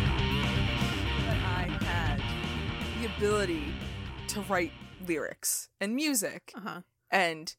that I had the ability to write lyrics and music. Uh-huh. And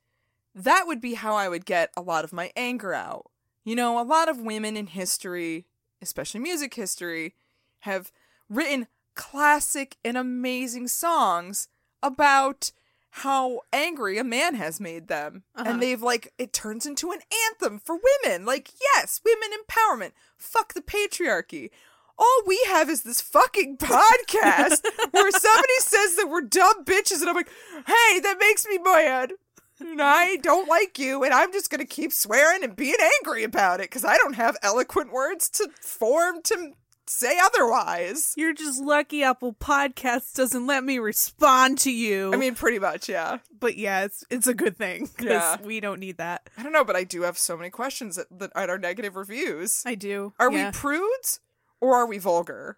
that would be how I would get a lot of my anger out. You know, a lot of women in history, especially music history, have written classic and amazing songs about how angry a man has made them. Uh-huh. And they've like it turns into an anthem for women. Like, yes, women empowerment. Fuck the patriarchy. All we have is this fucking podcast where somebody says that we're dumb bitches and I'm like, "Hey, that makes me mad." And I don't like you, and I'm just gonna keep swearing and being angry about it because I don't have eloquent words to form to say otherwise. You're just lucky Apple Podcasts doesn't let me respond to you. I mean, pretty much, yeah. but yeah, it's, it's a good thing because Yeah. we don't need that. I don't know, but I do have so many questions that, that are negative reviews. I do. Are yeah. we prudes or are we vulgar?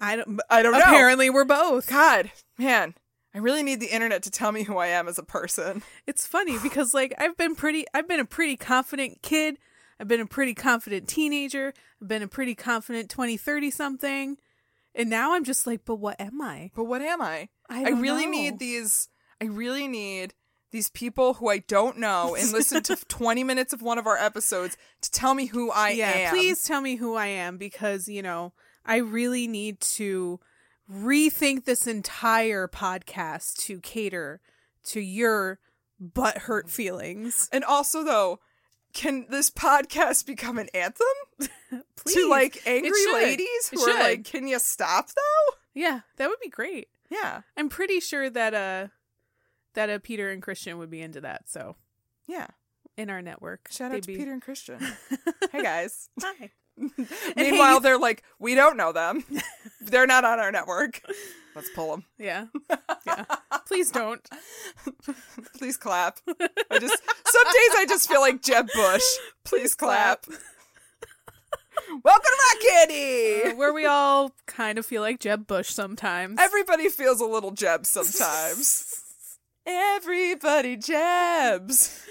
I don't. I don't know. Apparently, we're both. God, man, I really need the internet to tell me who I am as a person. It's funny because like I've been pretty. I've been a pretty confident kid. I've been a pretty confident teenager. I've been a pretty confident 20, 30 something. And now I'm just like, but what am I? But what am I? I don't really know. need these. I really need these people who I don't know and listen to 20 minutes of one of our episodes to tell me who I yeah, am. please tell me who I am because, you know, I really need to rethink this entire podcast to cater to your butthurt feelings. And also, though, can this podcast become an anthem Please. to like It angry should. ladies It who are should. like, "Can you stop though?" Yeah, that would be great. Yeah, I'm pretty sure that uh that uh Peter and Christian would be into that, so yeah. in our network. Shout they'd out to be- Peter and Christian. hey guys. Hi. hey, Meanwhile, you- they're like, "We don't know them. they're not on our network. Let's pull them." Yeah. Yeah. Please don't. Please clap. I just some days I just feel like Jeb Bush. Please clap. Welcome to Rock Uh, Candy. where we all kind of feel like Jeb Bush sometimes. Everybody feels a little Jeb sometimes. Everybody Jebs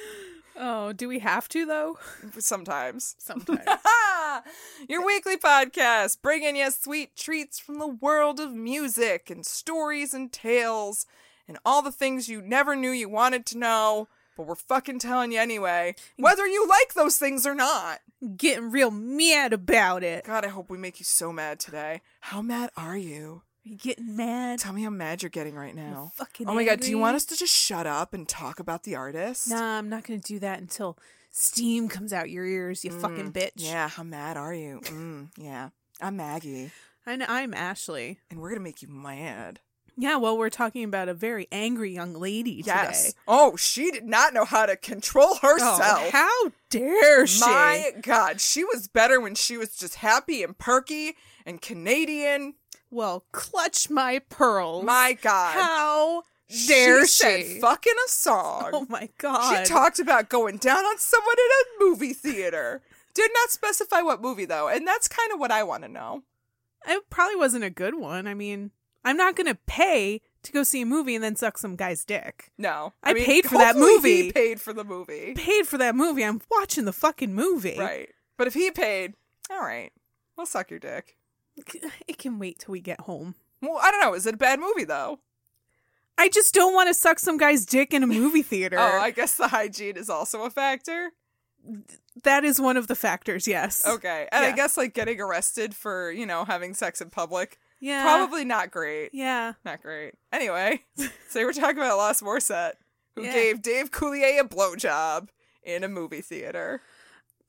Oh, do we have to though? sometimes. Sometimes. Ah, Your weekly podcast, bringing you sweet treats from the world of music and stories and tales and all the things you never knew you wanted to know, but we're fucking telling you anyway, whether you like those things or not. Getting real mad about it. God, I hope we make you so mad today. How mad are you? You getting mad? Tell me how mad you're getting right now. fucking oh my god, do you angry. want us to just shut up and talk about the artist? Nah, I'm not gonna do that until steam comes out your ears, you fucking bitch. Mm, Yeah, how mad are you? Mm, yeah. I'm Maggie, And I'm Ashley. and we're gonna make you mad. Yeah, well, we're talking about a very angry young lady today. Yes. Oh, she did not know how to control Oh, herself. how dare she? My God, she was better when she was just happy and perky and Canadian. Well, clutch my pearls. My God. How dare she? Said fucking a song. oh my god. She talked about going down on someone in a movie theater. Did not specify what movie though, and that's kind of what I want to know. it probably wasn't a good one. I mean, I'm not going to pay to go see a movie and then suck some guy's dick. No, I paid for that hopefully he movie. paid for the movie, Paid for that movie. I'm watching the fucking movie. right? But if he paid, all right, I'll suck your dick. It can wait till we get home. Well, I don't know. Is it a bad movie though? I just don't want to suck some guy's dick in a movie theater. Oh, I guess the hygiene is also a factor. that is one of the factors, yes. Okay, and I Yeah. guess like getting arrested for you know having sex in public, Yeah. probably not great. Yeah. Not great. Anyway, so we're talking about Lost Morissette, who Yeah. gave Dave Coulier a blowjob in a movie theater.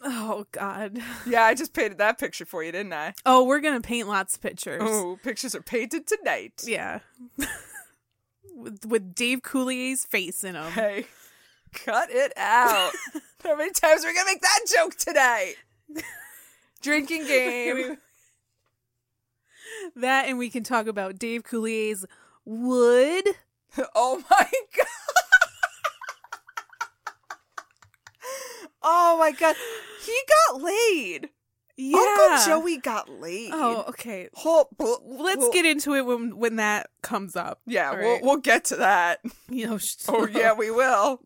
Oh god. Yeah, I just painted that picture for you, didn't I? Oh, we're going to paint lots of pictures. Oh, pictures are painted tonight. Yeah. with, with Dave Coulier's face in them. Hey, cut it out. How many times are we gonna make that joke tonight? Drinking game. That and we can talk about Dave Coulier's wood. Oh my god. Oh my god. He got laid. Yeah. Uncle Joey got laid. Oh, okay. Whole- Let's get into it when when that comes up. Yeah, All we'll right. we'll get to that. you know. sh- Oh yeah, we will.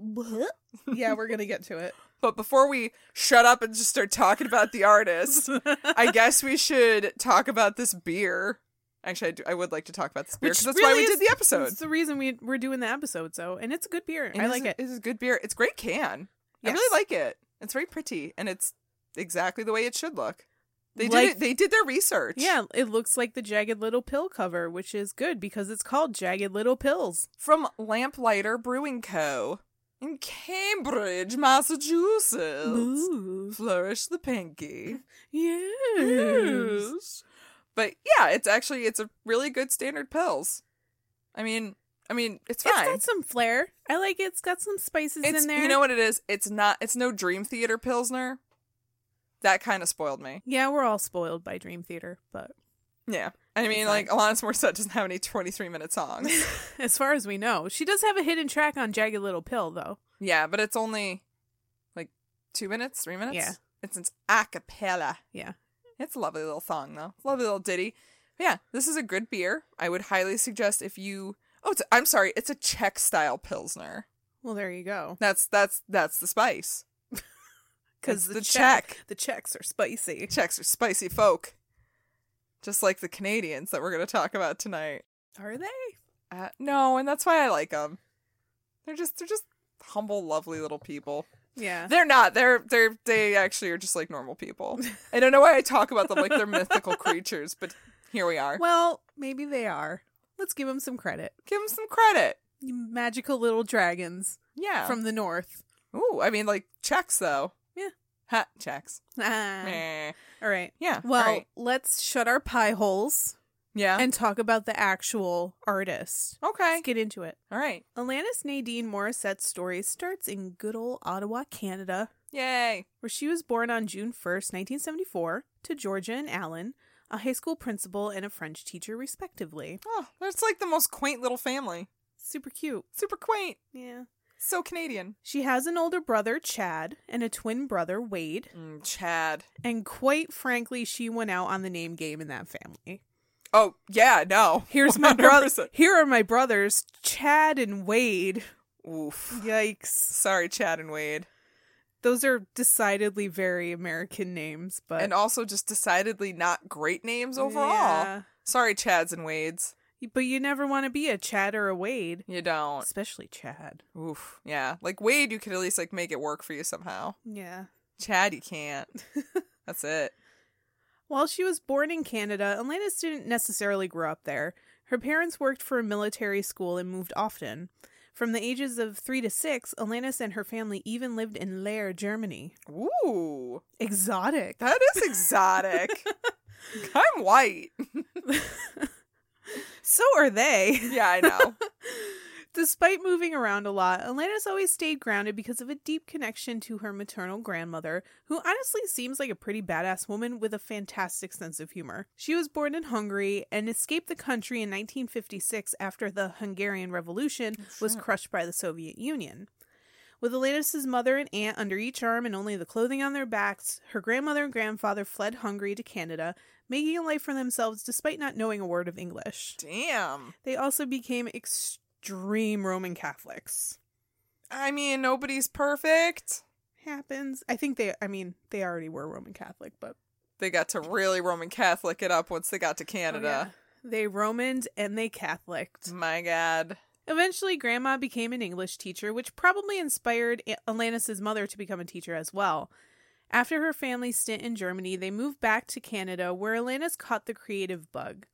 yeah, we're gonna get to it. But before we shut up and just start talking about the artist, I guess we should talk about this beer. Actually, I, do, I would like to talk about this beer because that's why really we is- did the episode. It's the reason we we're doing the episode. So, and it's a good beer. And I this like is- it. This is good beer. It's great can. I Yes. really like it. It's very pretty and it's exactly the way it should look. They Like- did it, they did their research. Yeah, it looks like the Jagged Little Pill cover, which is good because it's called Jagged Little Pills. From Lamplighter Brewing Co. in Cambridge, Massachusetts. Mm. Flourish the pinky. Yes. But yeah, it's actually it's a really good standard pills. I mean, I mean, it's It's fine. got some flair. I like it. It's got some spices It's- in there. You know what it is? It's not. It's no Dream Theater Pilsner. That kind of spoiled me. Yeah, we're all spoiled by Dream Theater, but Yeah, I mean, like Alanis Morissette doesn't have any twenty-three minute songs. as far as we know, she does have a hidden track on Jagged Little Pill, though. yeah, but it's only like two minutes, three minutes. Yeah. it's an acapella. Yeah. It's a lovely little song though. Lovely little ditty. But yeah, this is a good beer. I would highly suggest if you. Oh, it's, I'm sorry. It's a Czech style Pilsner. Well, there you go. That's that's that's the spice. It's Because the, the check, Czech. the checks are spicy. Czechs are spicy folk, just like the Canadians that we're going to talk about tonight. Are they? Uh, no, and that's why I like them. They're just they're just humble, lovely little people. Yeah. They're not. They're they're they actually are just like normal people. I don't know why I talk about them like they're mythical creatures, but here we are. well, maybe they are. Let's give them some credit. Give them some credit. You magical little dragons Yeah. from the north. ooh, I mean like Czechs though. Yeah. Ha, Czechs. Ah. Meh. All right. Yeah. Well, all right. let's shut our pie holes yeah. and talk about the actual artist. okay. Let's get into it. All right. Alanis Nadine Morissette's story starts in good old Ottawa, Canada, Yay. where she was born on June 1st, 1974, to Georgia and Allen, a high school principal and a French teacher, respectively. Oh, that's like the most quaint little family. Super cute. Super quaint. Yeah. So Canadian. She has an older brother, Chad, and a twin brother, Wade. Mm, Chad. And quite frankly, she went out on the name game in that family. Oh yeah, no. Here's my brother. 100%. Here are my brothers, Chad and Wade. Oof. Yikes. Sorry, Chad and Wade. Those are decidedly very American names, but and also just decidedly not great names overall. Yeah. Sorry, Chads and Wades. But you never want to be a Chad or a Wade, You don't. especially Chad. Oof. Yeah. Like Wade, you could at least like make it work for you somehow. Yeah. Chad, you can't. That's it. While she was born in Canada, Alanis didn't necessarily grow up there. Her parents worked for a military school and moved often. From the ages of three to six, Alanis and her family even lived in Leer, Germany. Ooh, Exotic. that is exotic. I'm white. So are they. Yeah, I know. Despite moving around a lot, Elena's always stayed grounded because of a deep connection to her maternal grandmother, who honestly seems like a pretty badass woman with a fantastic sense of humor. She was born in Hungary and escaped the country in 1956 after the Hungarian Revolution was crushed by the Soviet Union. With Elena's mother and aunt under each arm and only the clothing on their backs, her grandmother and grandfather fled Hungary to Canada, making a life for themselves despite not knowing a word of English. Damn. They also became extreme Roman Catholics. I mean, nobody's perfect. Happens. I think they, I mean, they already were Roman Catholic, but They got to really Roman Catholic it up once they got to Oh, Canada. they Romaned and they Catholiced. My God. Eventually, Grandma became an English teacher, which probably inspired A- Alanis' mother to become a teacher as well. After her family's stint in Germany, they moved back to Canada, where Alanis caught the creative bug.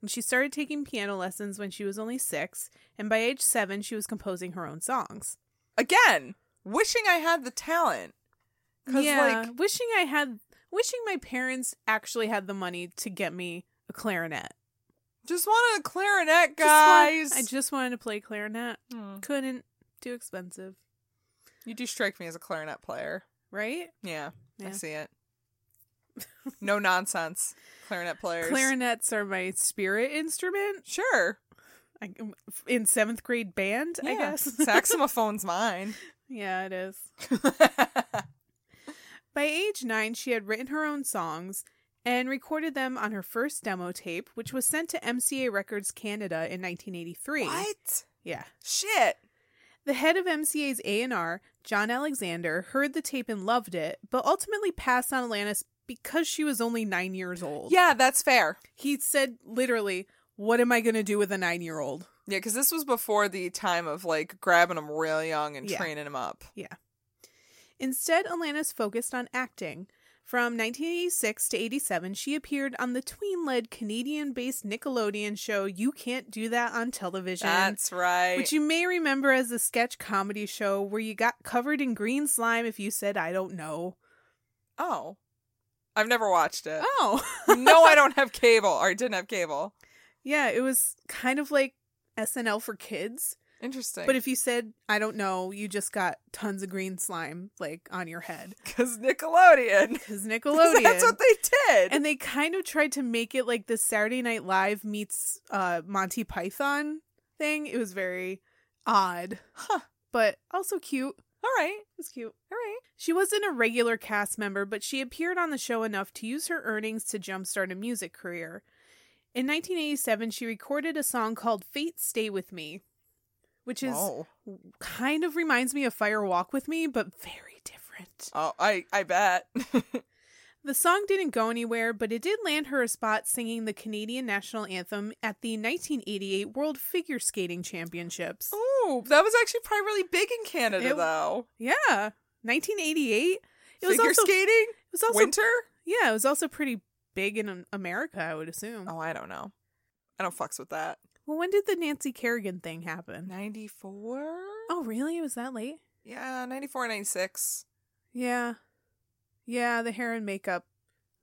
And she started taking piano lessons when she was only six, and by age seven, she was composing her own songs. Again, wishing I had the talent. 'Cause, yeah, like- wishing I had, wishing my parents actually had the money to get me a clarinet. Just wanted a clarinet, Just want- guys. I just wanted to play clarinet. Hmm. Couldn't. Too expensive, You do strike me as a clarinet player. right? Yeah, I Yeah. see it. no nonsense, clarinet players. Clarinets are my spirit instrument. Sure. I, in seventh grade band, I Yeah. guess. Saxophone's mine. yeah, it is. By age nine, she had written her own songs and recorded them on her first demo tape, which was sent to MCA Records Canada in 1983. what? Yeah. Shit. The head of MCA's A&R, John Alexander, heard the tape and loved it, but ultimately passed on Alanis because she was only 9 years old. Yeah, that's fair. He said literally, "What am I going to do with a 9-year-old?" Yeah, because this was before the time of like grabbing them real young and Yeah. training them up. Instead, Alanis focused on acting. From 1986 to 87, she appeared on the tween-led Canadian-based Nickelodeon show You Can't Do That on Television. That's right. which you may remember as a sketch comedy show where you got covered in green slime if you said I don't know. oh, I've never watched it. Oh. no, I don't have cable, or I didn't have cable. Yeah, it was kind of like SNL for kids. Interesting. But if you said, I don't know, you just got tons of green slime like on your head. because Nickelodeon, Because Nickelodeon. that's what they did. and they kind of tried to make it like the Saturday Night Live meets uh, Monty Python thing. It was very odd. Huh. But also cute. all right, It was cute. all right. She wasn't a regular cast member, but she appeared on the show enough to use her earnings to jumpstart a music career. In 1987, she recorded a song called Fate Stay With Me, which is Whoa. kind of reminds me of Fire Walk With Me, but very different. Oh, I I bet. The song didn't go anywhere, but it did land her a spot singing the Canadian national anthem at the 1988 World Figure Skating Championships. Ooh, that was actually probably really big in Canada It- though. Yeah, 1988. It was Figure also it skating, was also winter. Yeah, it was also pretty big in um, America, I would assume. Oh, I don't know. I don't fucks with that. Well, when did the Nancy Kerrigan thing happen? Ninety four. Oh, really? It was that late? Yeah, 94, 96. Yeah. Yeah, the hair and makeup.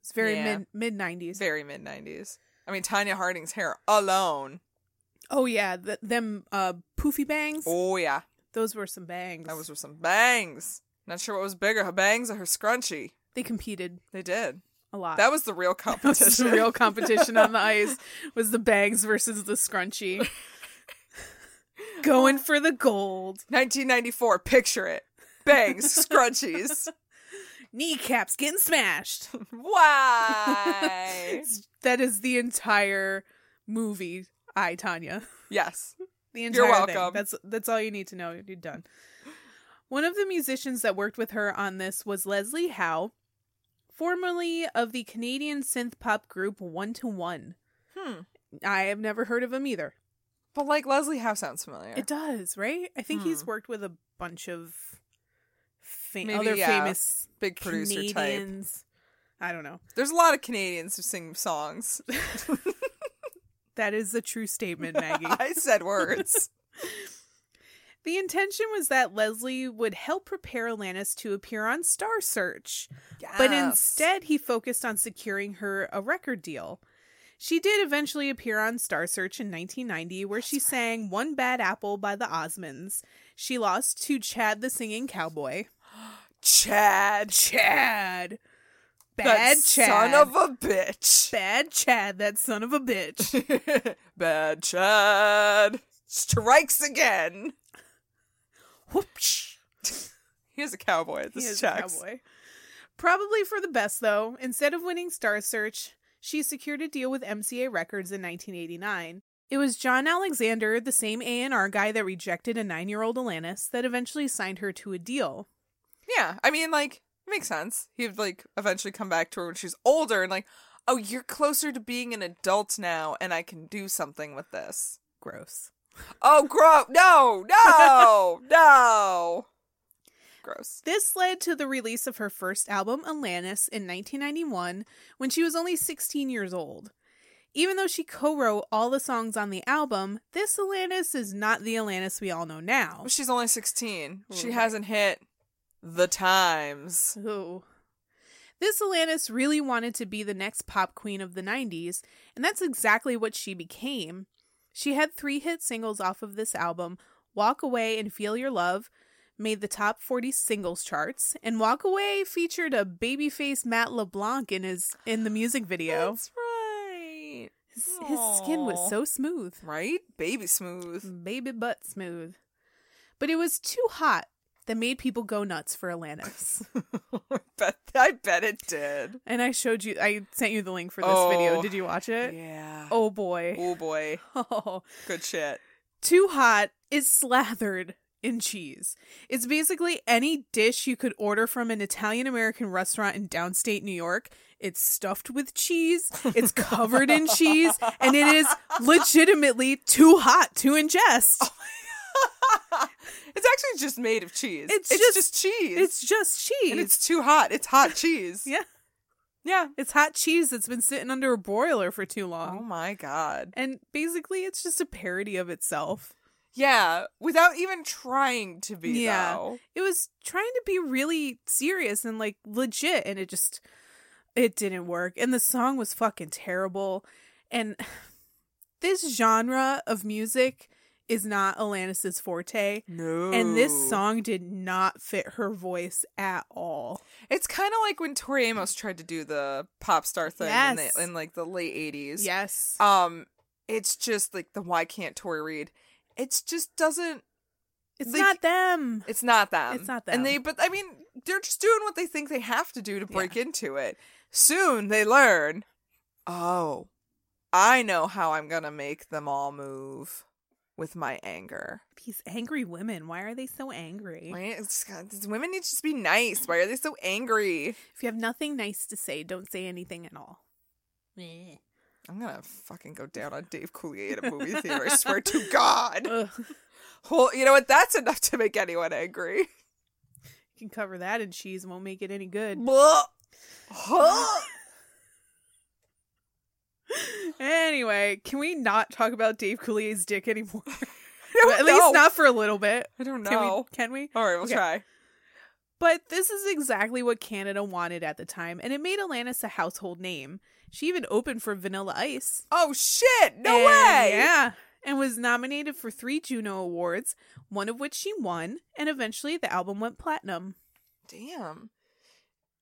It's very Yeah. mid mid 90s. Very mid nineties. I mean, Tanya Harding's hair alone. Oh yeah, th- them uh poofy bangs. Oh yeah, Those were some bangs. that was with some bangs. Not sure what was bigger, her bangs or her scrunchie. They competed They did. a lot. That was the real That was competition. the real competition on the ice was the bangs versus the scrunchie. Oh. Going for the gold. 1994. Picture it. Bangs, scrunchies. Kneecaps getting smashed. Why? That is the entire movie. I Tanya. yes. The You're entire thing. welcome. That's that's all you need to know. You're done. One of the musicians that worked with her on this was Leslie Howe, formerly of the Canadian synth pop group One to One. Hmm. I have never heard of him either. But like Leslie Howe sounds familiar. It does, right? I think he's Hmm. worked with a bunch of fam- Maybe, other yeah, famous Big producer type. Canadians. I don't know. There's a lot of Canadians who sing songs. That is a true statement, Maggie. I said words. The intention was that Leslie would help prepare Alanis to appear on Star Search, but Yes. instead he focused on securing her a record deal. She did eventually appear on Star Search in 1990, where she sang One Bad Apple by the Osmonds. She lost to Chad the Singing Cowboy. Chad. Chad! Bad That Chad. son of a bitch. Bad Chad, that son of a bitch. Bad Chad strikes again. Whoopsh. He is a cowboy. This He is a checks. cowboy. Probably for the best, though. Instead of winning Star Search, she secured a deal with MCA Records in 1989. It was John Alexander, the same A&R guy that rejected a nine-year-old Alanis, that eventually signed her to a deal. Yeah, I mean, like, it makes sense. He'd like eventually come back to her when she's older and like, oh, you're closer to being an adult now, and I can do something with this. Gross. Oh, gross! No, no, no. Gross. This led to the release of her first album, Alanis, in 1991, when she was only 16 years old. Even though she co wrote all the songs on the album, this Alanis is not the Alanis we all know now. Well, she's only sixteen. She Right. hasn't hit the times. Ooh. This Alanis really wanted to be the next pop queen of the 90s, and that's exactly what she became. She had three hit singles off of this album Walk Away and Feel Your Love, made the top 40 singles charts, and Walk Away featured a babyface Matt LeBlanc in, his, in the music video. That's right. His, his skin was Aw. so smooth. Right? Baby smooth. Baby butt smooth. But it was too hot that made people go nuts for Alanis. I bet I bet it did. And I showed you, I sent you the link for this Oh. video. Did you watch it? Yeah. Oh boy. Oh boy. Oh. Good shit. Too hot is slathered in cheese. It's basically any dish you could order from an Italian American restaurant in downstate New York. It's stuffed with cheese, it's covered in cheese, and it is legitimately too hot to Oh, ingest. It's actually just made of cheese. It's It's, just- just, cheese. It's just cheese. and it's too hot. It's hot cheese. yeah. Yeah. It's hot cheese that's been sitting under a broiler for too long. Oh my god. And basically, it's just a parody of itself. Yeah, without even trying to be Yeah. though. it was trying to be really serious and like legit and it just it didn't work and the song was fucking terrible and this genre of music is not Alanis's forte No. and this song did not fit her voice at all It's kind of like when Tori Amos tried to do the pop star thing in, Yes. the, in like the late 80s. yes Um it's just like the why can't Tori read? It's just doesn't it's like- not them It's not them. It's not them. And they, but I mean, they're just doing what they think they have to do to break into it. Soon they learn, oh, I know how I'm going to make them all move with my anger. these angry women why are they so angry Right? It's just- these women need to just be nice. Why are they so angry? if you have nothing nice to say don't say anything at all I'm going to fucking go down on Dave Coulier at a movie theater. I swear to God. Ugh, Whole, you know what? That's enough to make anyone angry. you can cover that in cheese won't make it any good Blah. Huh? Anyway, can we not talk about Dave Coulier's dick anymore? I don't At least know. not for a little bit. I don't know. Can we? Can we? All right, we'll Okay. try. But this is exactly what Canada wanted at the time, and it made Alanis a household name. She even opened for Vanilla Ice. Oh shit! No And- way! Yeah. And was nominated for three Juno Awards, one of which she won, and eventually the album went platinum. Damn.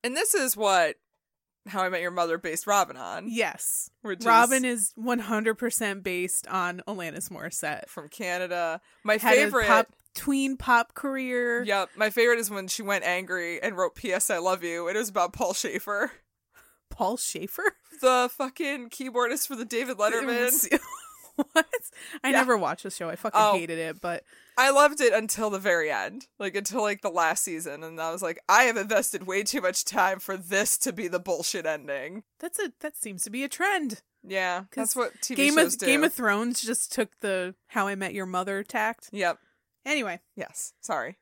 And this is what How I Met Your Mother based Robin on. Yes. Which Robin is is 100% based on Alanis Morissette. from Canada. My Had favorite. a pop, tween pop career. Yep, my favorite is when she went angry and wrote "P.S. I love you." and It was about Paul Schaefer, Paul Schaefer? the fucking keyboardist for the David Letterman. what? I Yeah. never watched the show. I fucking Oh. hated it, but I loved it until the very end, like until like the last season, and I was like, I have invested way too much time for this to be the bullshit ending. that's a that seems to be a trend. Yeah, 'Cause that's what TV Game shows of do. Game of Thrones just took the How I Met Your Mother tact. yep. Anyway, Yes. Sorry.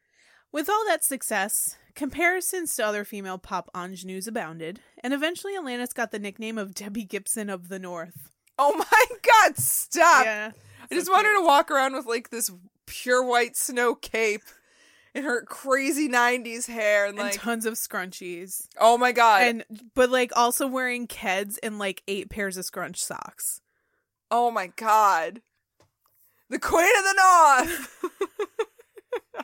with all that success, comparisons to other female pop ingenues abounded, and eventually Alanis got the nickname of Debbie Gibson of the North. Oh my God! Stop. yeah. I just want her to walk around with like this pure white snow cape in her crazy 90s hair and and like tons of scrunchies. oh my god And but like also wearing keds and like eight pairs of scrunch socks. oh my god the queen of the north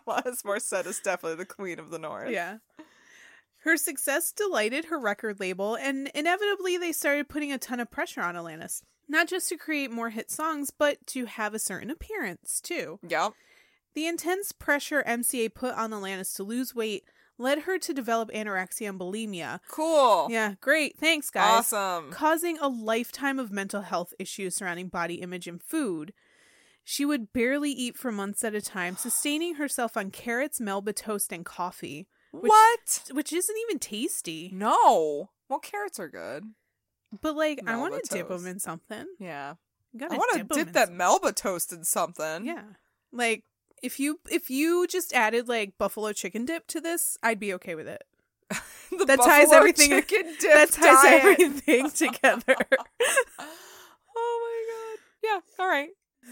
Alanis Morissette is definitely the queen of the north Yeah. Her success delighted her record label, and inevitably they started putting a ton of pressure on Alanis, not just to create more hit songs, but to have a certain appearance too. yep The intense pressure MCA put on Alanis to lose weight led her to develop anorexia and bulimia. cool Yeah, great. Thanks, guys. awesome causing a lifetime of mental health issues surrounding body image and food. She would barely eat for months at a time, sustaining herself on carrots, Melba toast, and coffee, which- what which isn't even tasty. no well carrots are good But like, I want Melba to dip them toast. in something. yeah You gotta I want to 'em dip in that Melba toast in something. something. Yeah, like if you if you just added like buffalo chicken dip to this, I'd be okay with it. The That ties buffalo everything- Chicken dip That ties diet. everything together. oh my god. Yeah. All right.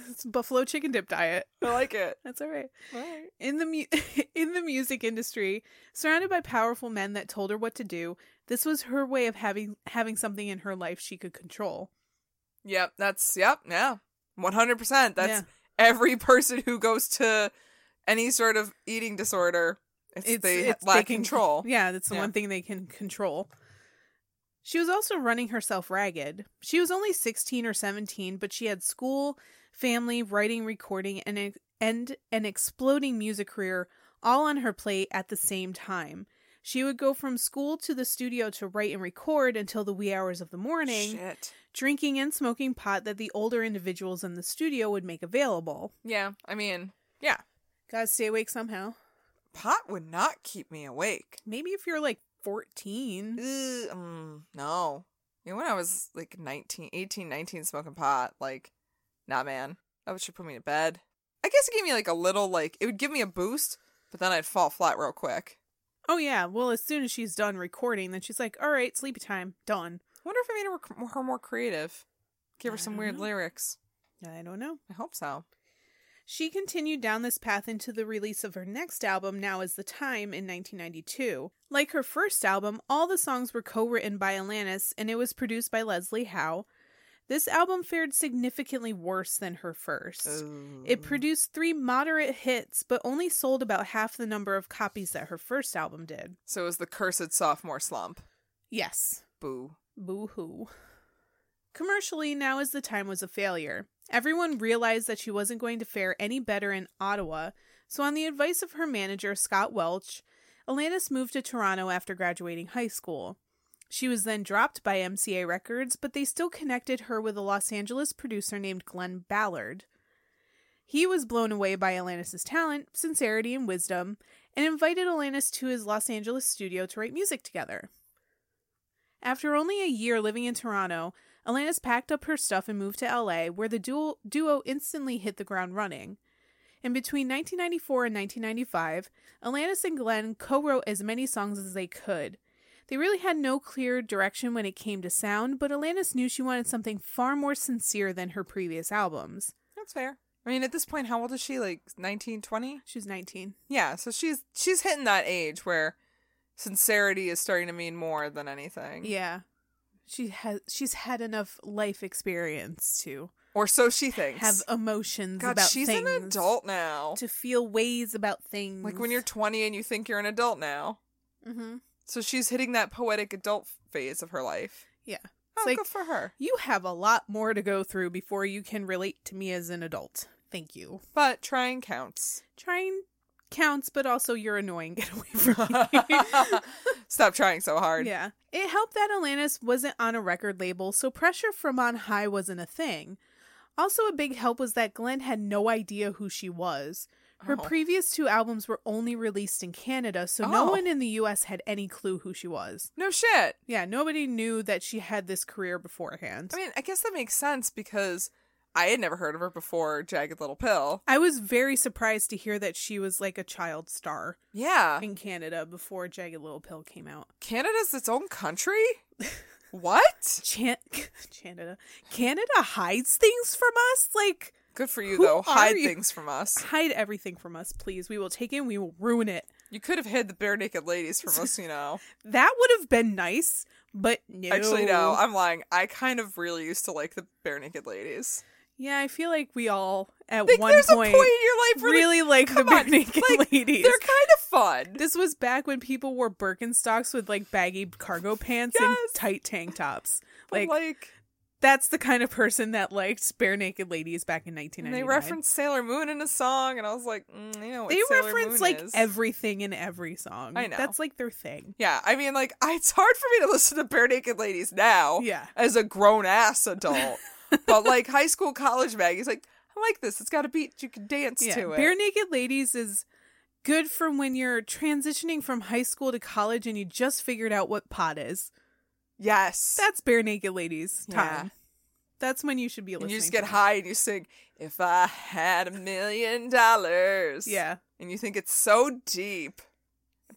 it's buffalo chicken dip diet. I like it. That's all right. All right. In the mu- in the music industry, surrounded by powerful men that told her what to do, this was her way of having having something in her life she could control. Yep. That's yep. Yeah. One hundred percent. That's Yeah. every person who goes to any sort of eating disorder. It's, they it's- lack can- control. Yeah, that's the Yeah. one thing they can control. She was also running herself ragged. She was only 16 or 17, but she had school, family, writing, recording, and, ex- and an exploding music career all on her plate at the same time. She would go from school to the studio to write and record until the wee hours of the morning, Shit. drinking and smoking pot that the older individuals in the studio would make available. Yeah. I mean, yeah. Gotta stay awake somehow. Pot would not keep me awake. Maybe if you're like 14. Ugh, mm, no. You know, when I was like 19, 18, 19 smoking pot, like, nah, man. That should put me to bed. I guess it gave me like a little, like, it would give me a boost, but then I'd fall flat real quick. Oh yeah. Well, as soon as she's done recording, then she's like, "All right, sleepy time, done." wonder if I made her, rec- her more creative. Give her I some don't weird know. lyrics. I don't know. I hope so. She continued down this path into the release of her next album, Now Is the Time, in 1992. Like her first album, all the songs were co-written by Alanis, and it was produced by Leslie Howe. This album fared significantly worse than her first. It produced three moderate hits, but only sold about half the number of copies that her first album did. So it was the cursed sophomore slump. Yes. Boo. Boo hoo. Commercially, Now is the Time was a failure. Everyone realized that she wasn't going to fare any better in Ottawa, so, on the advice of her manager, Scott Welch, Alanis moved to Toronto after graduating high school. She was then dropped by MCA Records, but they still connected her with a Los Angeles producer named Glenn Ballard. He was blown away by Alanis' talent, sincerity, and wisdom, and invited Alanis to his Los Angeles studio to write music together. After only a year living in Toronto, Alanis packed up her stuff and moved to LA, where the duo, duo instantly hit the ground running. And between 1994 and 1995, Alanis and Glenn co wrote as many songs as they could. They really had no clear direction when it came to sound, but Alanis knew she wanted something far more sincere than her previous albums. That's fair. I mean, at this point, how old is she? Like 19, 20? She was 19. Yeah, so she's she's hitting that age where sincerity is starting to mean more than anything. Yeah. She has she's had enough life experience to Or so she thinks. have emotions God, about she's things. an adult now. to feel ways about things. Like when you're 20 and you think you're an adult now. mm-hmm. So she's hitting that poetic adult phase of her life. yeah, it's Oh, like good for her. you have a lot more to go through before you can relate to me as an adult. Thank you. But trying counts. Trying counts, but also you're annoying. Get away from me. Stop trying so hard. yeah, it helped that Alanis wasn't on a record label, so pressure from on high wasn't a thing. Also, a big help was that Glenn had no idea who she was. Her Oh. previous two albums were only released in Canada, so no Oh. one in the US had any clue who she was. No shit. Yeah, nobody knew that she had this career beforehand. I mean, I guess that makes sense because I had never heard of her before Jagged Little Pill. I was very surprised to hear that she was like a child star Yeah. in Canada before Jagged Little Pill came out. Canada's its own country? what? Chan- Canada. Canada hides things from us? Like, Good for you Who though. are Hide you? things from us. Hide everything from us, please. We will take it and we will ruin it. You could have hid the bare naked ladies from us, you know. That would have been nice, but no. Actually, no, I'm lying. I kind of really used to like the bare naked ladies. yeah, I feel like we all at Like, one there's point, a point in your life where like, really like the come bare on, naked like, ladies. they're kind of fun. This was back when people wore Birkenstocks with like baggy cargo pants and Yes. tight tank tops. But, Like, like that's the kind of person that liked bare naked ladies back in and 1999. they reference Sailor Moon in a song, and I was like, mm, you know, what They Sailor reference Moon like is. everything in every song. I know. That's like their thing. Yeah, I mean, like I, it's hard for me to listen to bare naked ladies now. Yeah. as a grown ass adult, but like high school, college Maggie's like, I like this. It's got a beat. You can dance Yeah. to it. Bare Naked Ladies is good for when you're transitioning from high school to college and you just figured out what pot is. yes, That's Bare Naked Ladies Yeah. time. That's when you should be and listening. you just to get them. high and you sing, "If I had a million dollars." Yeah. and you think it's so deep,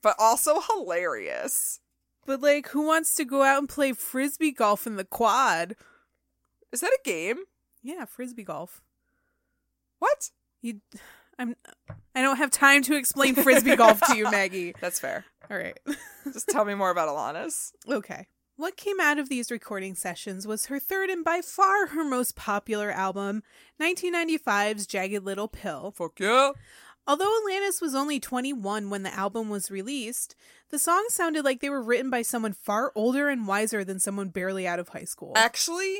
but also hilarious. But like who wants to go out and play frisbee golf in the quad? Is that a game? Yeah, frisbee golf. What? You I'm I don't have time to explain frisbee golf to you, Maggie. That's fair. All right. Just tell me more about Alana's. Okay. What came out of these recording sessions was her third and by far her most popular album, 1995's Jagged Little Pill. Fuck yeah. Although Alanis was only 21 when the album was released, the songs sounded like they were written by someone far older and wiser than someone barely out of high school. Actually,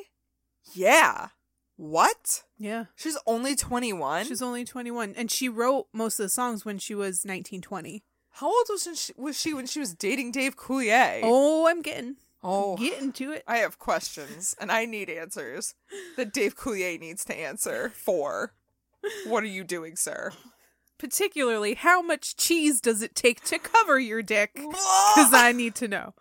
yeah. What? yeah. She's only 21? She's only 21 and she wrote most of the songs when she was 19, 20. How old was she, was she when she was dating Dave Coulier? Oh, I'm getting Oh. getting to it. I have questions and I need answers that Dave Coulier needs to answer for. What are you doing, sir? Particularly, how much cheese does it take to cover your dick? because I need to know.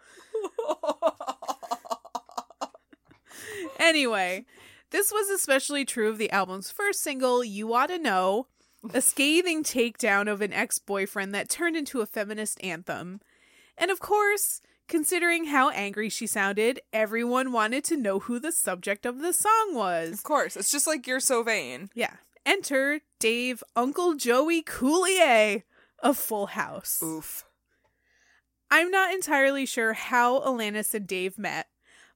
anyway, this was especially true of the album's first single, You Oughta Know, a scathing takedown of an ex boyfriend that turned into a feminist anthem. And of course, considering how angry she sounded, everyone wanted to know who the subject of the song Of was. course. It's just like you're so vain. Yeah. Enter Dave Uncle Joey Coulier of Full House. Oof. I'm not entirely sure how Alanis and Dave met,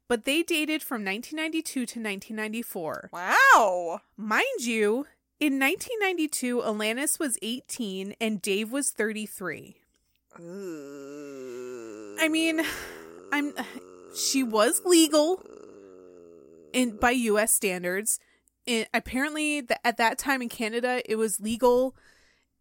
but they dated from 1992 to 1994. Wow. Mind you, in 1992, Alanis was 18 and Dave was 33. I mean, I'm she was legal in by US standards. It, apparently th- at that time in Canada, it was legal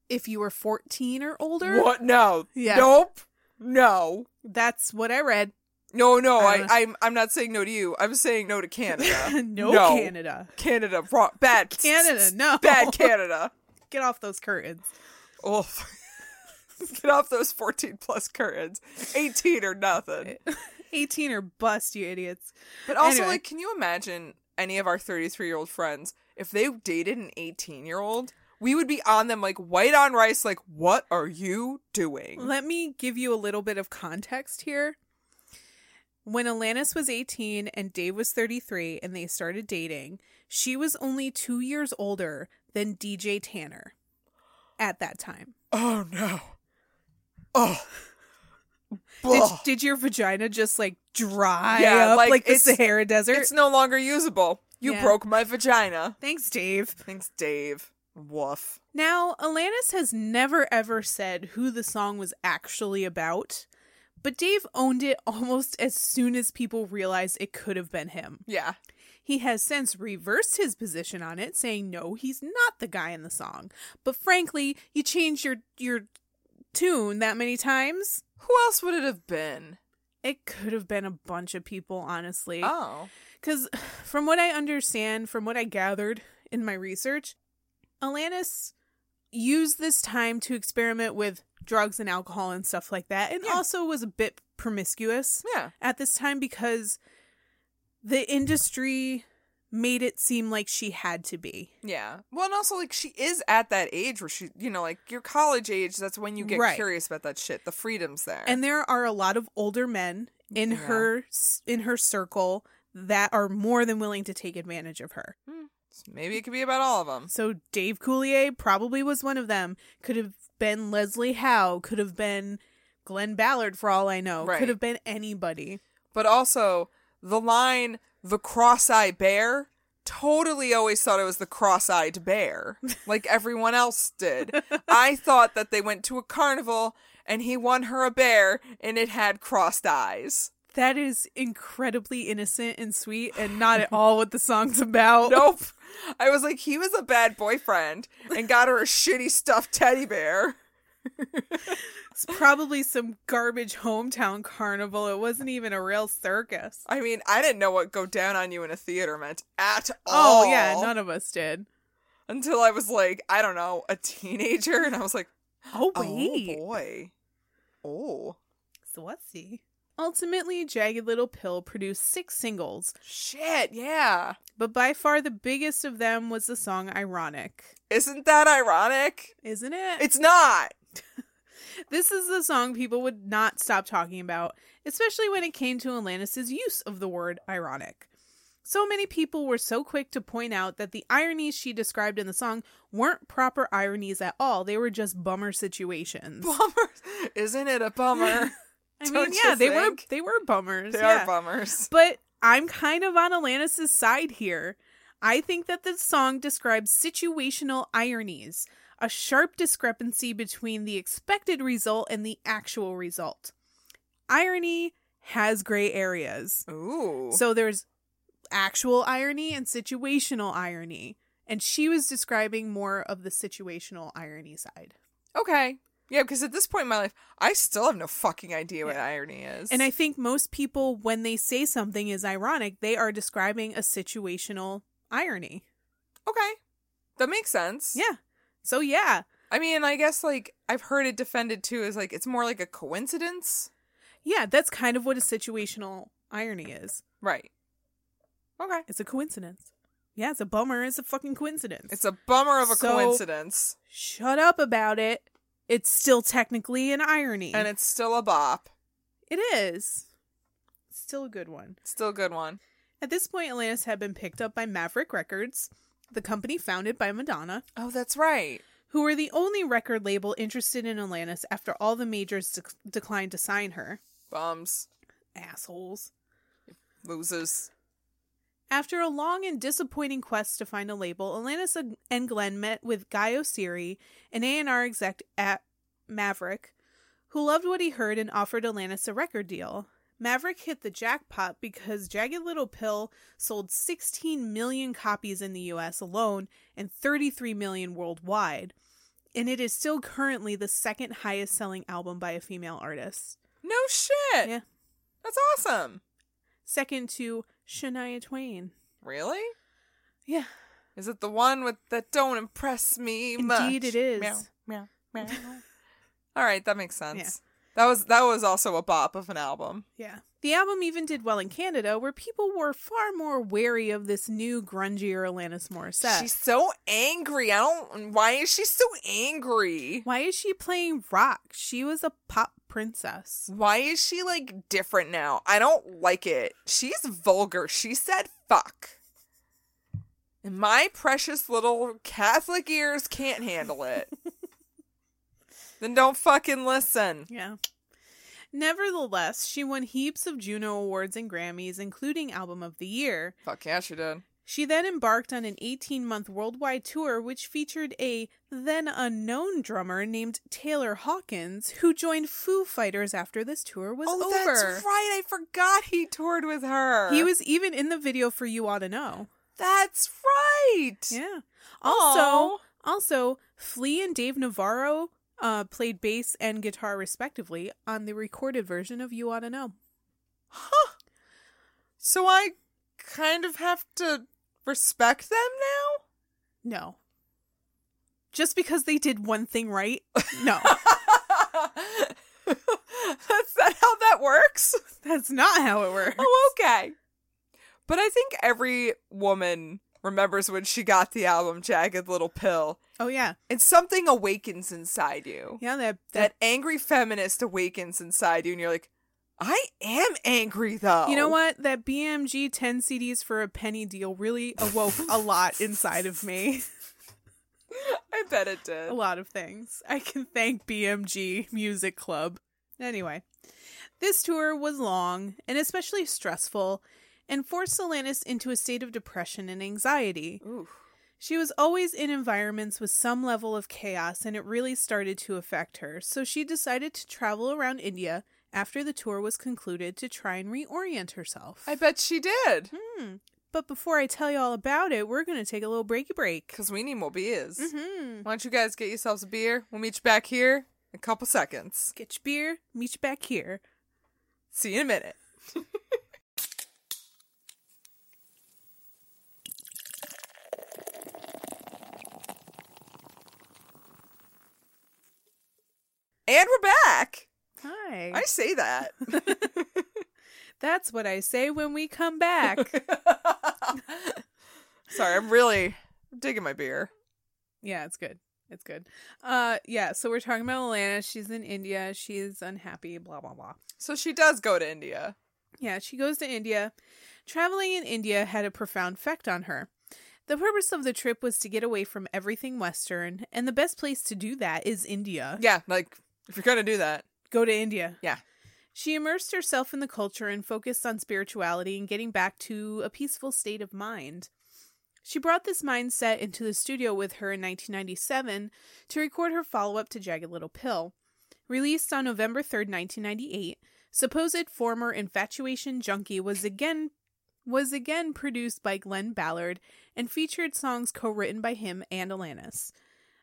if you were 14 or older. What? No. Yeah. Nope. No. That's what I read. No, no, I I, don't- I'm I'm not saying no to you. I'm saying no to Canada. no, Canada. Canada, wrong, bad Canada, no. bad Canada. Get off those curtains. Oh, get off those 14 plus curtains. 18 or nothing. 18 or bust, you idiots. But also, Anyway. like, can you imagine any of our 33 year old friends if they dated an 18 year old? We would be on them like white on rice. Like, what are you doing? Let me give you a little bit of context here. When Alanis was 18 and Dave was 33 and they started dating, she was only two years older than DJ Tanner at that time. oh no. Oh. Did, Blah. did your vagina just like dry Yeah, up like, like, the it's- Sahara Desert? It's no longer usable. You Yeah. broke my vagina. Thanks, Dave. Thanks, Dave. Woof. Now, Alanis has never ever said who the song was actually about, but Dave owned it almost as soon as people realized it could have been him. Yeah. He has since reversed his position on it, saying no, he's not the guy in the song. But frankly, you change your your tune that many times, Who else would it have been? it could have been a bunch of people, honestly. Oh. Because from what I understand, from what I gathered in my research, Alanis used this time to experiment with drugs and alcohol and stuff like that, and Yeah. also was a bit promiscuous Yeah. at this time because the industry made it seem like she had to be. Yeah. Well, and also, like, she is at that age where she, you know, like, your college age, that's when you get Right. curious about that shit. The freedom's there. And there are a lot of older men in Yeah. her s- in her circle that are more than willing to take advantage of her. So maybe it could be about all of them. So Dave Coulier probably was one of them. Could have been Leslie Howe. Could have been Glenn Ballard, for all I know. Right. Could have been anybody. But also, the line, the cross eyed bear, totally always thought it was the cross eyed bear, like everyone else did. I thought that they went to a carnival and he won her a bear and it had crossed eyes. That is incredibly innocent and sweet, and not at all what the song's about. Nope. I was like, he was a bad boyfriend and got her a shitty stuffed teddy bear. It's probably some garbage hometown carnival. It wasn't even a real circus. I mean, I didn't know what go down on you in a theater meant at all. Oh, yeah, none of us did. until I was like, I don't know, a teenager, and I was like, Oh oh wait, boy, oh Swatzy. Ultimately, Jagged Little Pill produced six singles, shit, yeah. but by far the biggest of them was the song "Ironic." Isn't that ironic? Isn't it? It's not. This is the song people would not stop talking about, especially when it came to Atlantis' use of the word ironic. So many people were so quick to point out that the ironies she described in the song weren't proper ironies at all. They were just bummer situations. Bummer. Isn't it a bummer? I mean, don't you yeah, they were think? they were bummers. they yeah. are bummers. But I'm kind of on Alanis' side here. I think that the song describes situational ironies, a sharp discrepancy between the expected result and the actual result. Irony has gray areas. Ooh. So there's actual irony and situational irony. And she was describing more of the situational irony side. okay. Yeah, because at this point in my life, I still have no fucking idea what irony is. And I think most people, when they say something is ironic, they are describing a situational irony. okay, that makes sense. Yeah. So yeah. I mean, I guess like I've heard it defended too as like it's more like a coincidence, Yeah, that's kind of what a situational irony is. right? Okay. It's a coincidence. Yeah, it's a bummer. It's a fucking coincidence. It's a bummer of a So- coincidence, Shut up about it. It's still technically an irony. and it's still a bop. it is. Still a good one. Still a good one. At this point, Atlantis had been picked up by Maverick Records, the company founded by Madonna, Oh, that's right. who were the only record label interested in Atlantis after all the majors dec declined to sign her. Bums, Assholes. losers. After a long and disappointing quest to find a label, Alanis and- and Glenn met with Guy O'Siri, an A&R exec at Maverick, who loved what he heard and offered Alanis a record deal. Maverick hit the jackpot because Jagged Little Pill sold 16 million copies in the US alone and 33 million worldwide, and it is still currently the second highest selling album by a female artist, No shit. Yeah. That's awesome. second to Shania Twain. Really? Yeah, Is it the one with that don't impress me much? indeed it is. Meow. All right, that makes sense. Yeah. That was that was also a bop of an album. Yeah. The album even did well in Canada, where people were far more wary of this new grungier Alanis Morissette. She's so angry. I don't. Why is she so angry? Why is she playing rock? She was a pop princess. Why is she like different now? I don't like it. She's vulgar. She said fuck. And my precious little Catholic ears can't handle it. then don't fucking listen. Yeah. Nevertheless, she won heaps of Juno Awards and Grammys, including Album of the Year. Fuck yeah, she did. She then embarked on an 18 month worldwide tour, which featured a then unknown drummer named Taylor Hawkins, who joined Foo Fighters after this tour was oh, over. that's right. I forgot he toured with her. He was even in the video for You Ought to Know. That's right. Yeah. Also, Aw. also Flea and Dave Navarro uh, played bass and guitar respectively on the recorded version of You Oughta Know. So I kind of have to respect them now. No. Just because they did one thing right? No. that's not how that works. That's not how it works. Oh, okay. But I think every woman remembers when she got the album Jagged Little Pill, Oh yeah. and something awakens inside you. Yeah, that that That angry feminist awakens inside you, and you're like, I am angry though. You know what? That BMG 10 CDs for a penny deal really awoke a lot inside of me. I bet it A did. lot of things. I can thank BMG Music Club. Anyway, this tour was long and especially stressful and forced Solanas into a state of depression and anxiety. Ooh. She was always in environments with some level of chaos, and it really started to affect her. So she decided to travel around India after the tour was concluded to try and reorient herself. I bet she did. Hmm. But before I tell you all about it, we're going to take a little breaky break. Because we need more beers. Mm-hmm. Why don't you guys get yourselves a beer? We'll meet you back here in a couple seconds. Get your beer, meet you back here. See you in a minute. and we're back. Hi. I say that. That's what I say when we come back. Sorry, I'm really digging my beer. yeah, it's good. It's good. Uh yeah, so we're talking about Alana. She's in India. She is unhappy, blah blah blah. So she does go to India. Yeah, she goes to India. Traveling in India had a profound effect on her. The purpose of the trip was to get away from everything Western, and the best place to do that is India. Yeah, like if you're gonna do that, Go to India. Yeah. She immersed herself in the culture and focused on spirituality and getting back to a peaceful state of mind. She brought this mindset into the studio with her in 1997 to record her follow up to Jagged Little Pill. Released on November 3rd, 1998, supposed former infatuation junkie was again was again produced by Glenn Ballard and featured songs co-written by him and Alanis.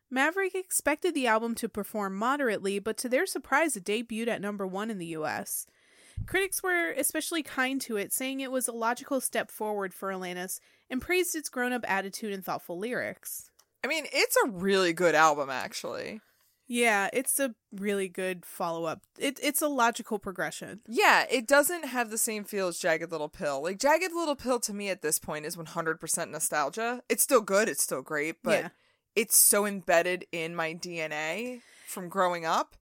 Maverick expected the album to perform moderately, but to their surprise, it debuted at number one in the US. Critics were especially kind to it, saying it was a logical step forward for Alanis and praised its grown up attitude and thoughtful lyrics. I mean it's a really good album actually. Yeah, it's a really good follow up. It, it's a logical progression. Yeah, it doesn't have the same feel as Jagged Little Pill. Like Jagged Little Pill to me at this point is 100% nostalgia. It's still good, it's still great, but Yeah. it's so embedded in my DNA from growing up.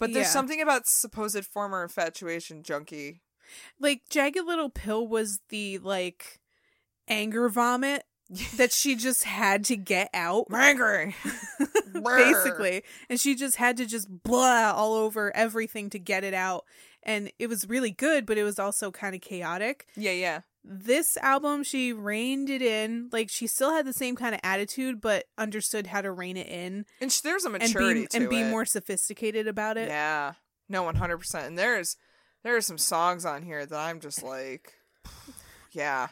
But there's Yeah. something about supposed former infatuation junkie. Like, Jagged Little Pill was the, like, anger vomit that she just had to get out. Angry. basically and she just had to just blah all over everything to get it out and it was really good but it was also kind of chaotic Yeah, yeah. this album she reined it in like she still had the same kind of attitude but understood how to rein it in And sh- there's a and maturity be to and be it. more sophisticated about it Yeah. No, 100%. And there's there are some songs on here that I'm just like yeah.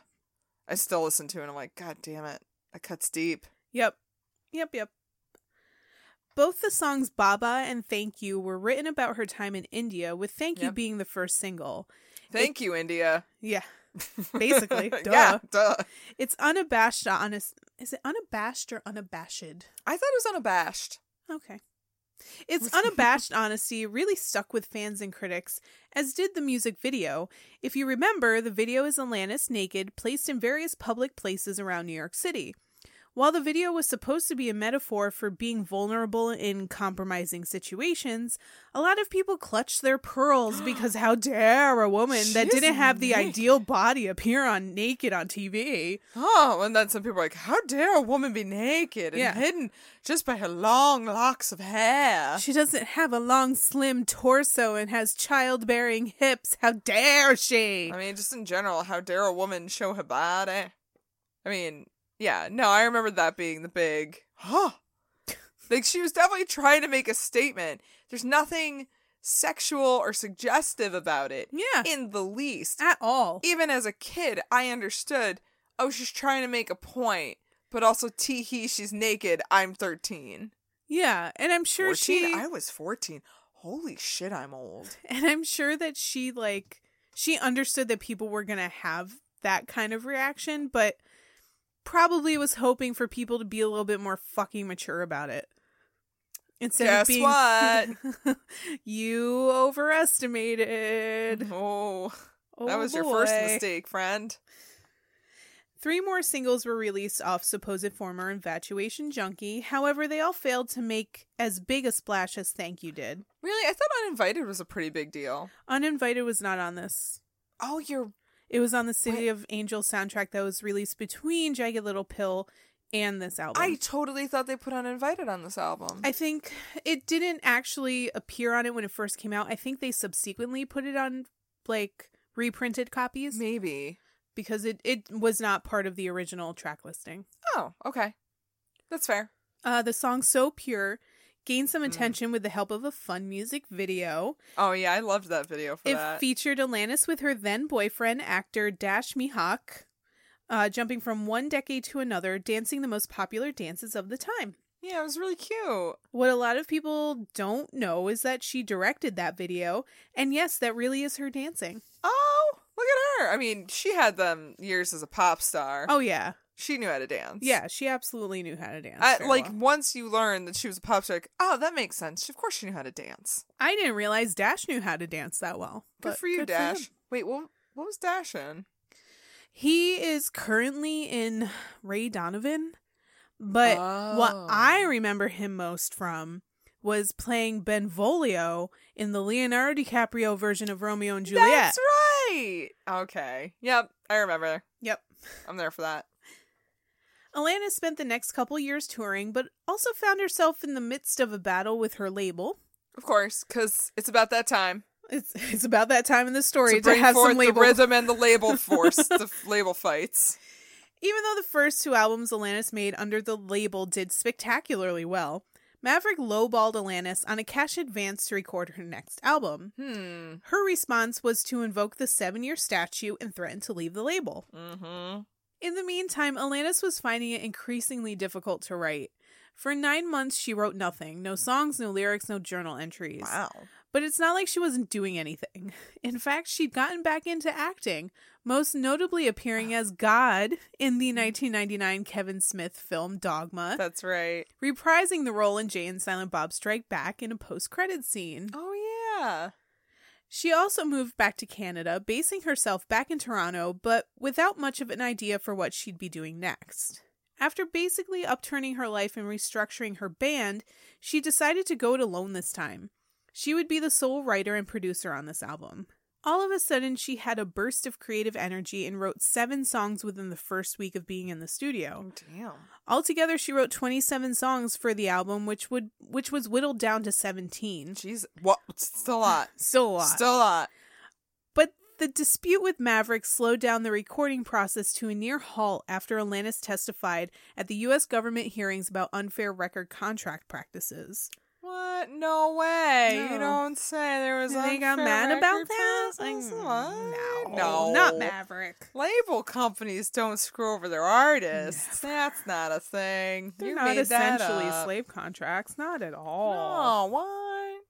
I still listen to it and I'm like god damn it. That cuts deep. Yep. Yep, yep. Both the songs Baba and Thank You were written about her time in India, with Thank You Yep. being the first single. Thank you, India. Yeah. Basically, duh. yeah, duh. It's unabashed honest is it unabashed or unabashed? I thought it was unabashed. Okay. Its unabashed honesty really stuck with fans and critics, as did the music video. If you remember, the video is Alanis naked, placed in various public places around New York City. While the video was supposed to be a metaphor for being vulnerable in compromising situations, a lot of people clutched their pearls because how dare a woman that She's didn't have the naked. ideal body appear on naked on TV? Oh, and then some people are like, "How dare a woman be naked and Yeah. hidden just by her long locks of hair?" She doesn't have a long, slim torso and has childbearing hips. How dare she? I mean, just in general, how dare a woman show her body? I mean, yeah, no, I remember that being the big, huh? Like, she was definitely trying to make a statement. There's nothing sexual or suggestive about it. Yeah. In the least. At all. Even as a kid, I understood, oh, she's trying to make a point, but also, tee hee, she's naked, I'm 13. Yeah, and I'm sure 14? she I was 14. Holy shit, I'm old. and I'm sure that she like she understood that people were going to have that kind of reaction, but probably was hoping for people to be a little bit more fucking mature about it. Instead Guess of being you overestimated. Oh, Oh, that was your first boy. mistake, friend. Three more singles were released off supposed former Infatuation Junkie. However, they all failed to make as big a splash as Thank You did. Really? I thought Uninvited was a pretty big deal. Uninvited was not on this. Oh, you're It was on the City of Angels soundtrack that was released between Jagged Little Pill and this album. I totally thought they put Uninvited on this album. I think it didn't actually appear on it when it first came out. I think they subsequently put it on like reprinted copies Maybe. because it, it was not part of the original track listing. Oh, okay. That's fair. Uh, the song So Pure gained Mm. some attention with the help of a fun music video. Oh yeah, I loved that video for it that. featured Alanis with her then boyfriend, actor Dash Mihak, uh, jumping from one decade to another, dancing the most popular dances of the time. yeah, it was really cute. What a lot of people don't know is that she directed that video, and yes, that really is her dancing. Oh, look at her. I mean, she had them years as a pop star. Oh yeah, She knew how to dance. yeah, she absolutely knew how to dance. I, very like well. once you learn that she was a pop star, like, oh, that makes sense. Of course, she knew how to dance. I didn't realize Dash knew how to dance that well. Good but for you, him. Dash. Wait, what? What was Dash in? He is currently in Ray Donovan, but what Oh. I remember him most from was playing Benvolio in the Leonardo DiCaprio version of Romeo and Juliet. That's right. Okay. Yep, I remember. Yep. I'm there for that. Alana spent the next couple years touring, but also found herself in the midst of a battle with her label. Of course, because it's about that time It's, it's about that time in the story to to, bring have forth some the label. rhythm and the label force, the f- label fights. Even though the first two albums Alanis made under the label did spectacularly well, Maverick lowballed Alanis on a cash advance to record her next album. Hmm. Her response was to invoke the seven year statute and threaten to leave the label. Mm-hmm. In the meantime, Alanis was finding it increasingly difficult to write. For nine months, she wrote nothing no songs, no lyrics, no journal entries. Wow. But it's not like she wasn't doing anything. In fact, she'd gotten back into acting, most notably appearing as God in the 1999 Kevin Smith film Dogma, That's right. reprising the role in Jay and Silent Bob Strike Back in a post credit scene. Oh yeah. She also moved back to Canada, basing herself back in Toronto, but without much of an idea for what she'd be doing next. After basically upturning her life and restructuring her band, she decided to go it alone this time. She would be the sole writer and producer on this album. All of a sudden, she had a burst of creative energy and wrote seven songs within the first week of being in the studio. Damn. Altogether, she wrote 27 songs for the album, which would which was whittled down to 17. Jeez. What? Still a lot. Still a lot. Still a lot. But the dispute with Maverick slowed down the recording process to a near halt after Alanis testified at the U.S. government hearings about unfair record contract practices. What? No way. You No. don't say there was And they got unfair mad about record that? process? Like, What? no, No. not Maverick. Label companies don't screw over their artists. That's not a thing. They're you not made essentially oh. that up. slave contracts, not at all. No, what?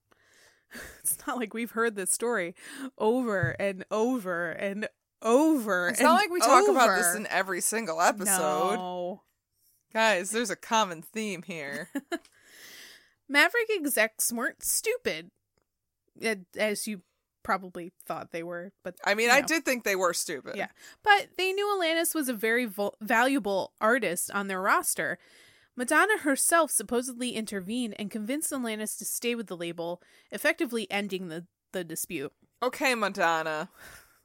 It's not like we've heard this story over and over and over. It's and not like we talk about this over. in every single episode. No. Guys, there's a common theme here. Maverick execs weren't stupid, eh, as you probably thought they were. But I mean, you I know. did think they were stupid. Yeah. But they knew Alanis was a very vo- valuable artist on their roster. Madonna herself supposedly intervened and convinced Alanis to stay with the label, effectively ending the, the dispute. Okay, Madonna.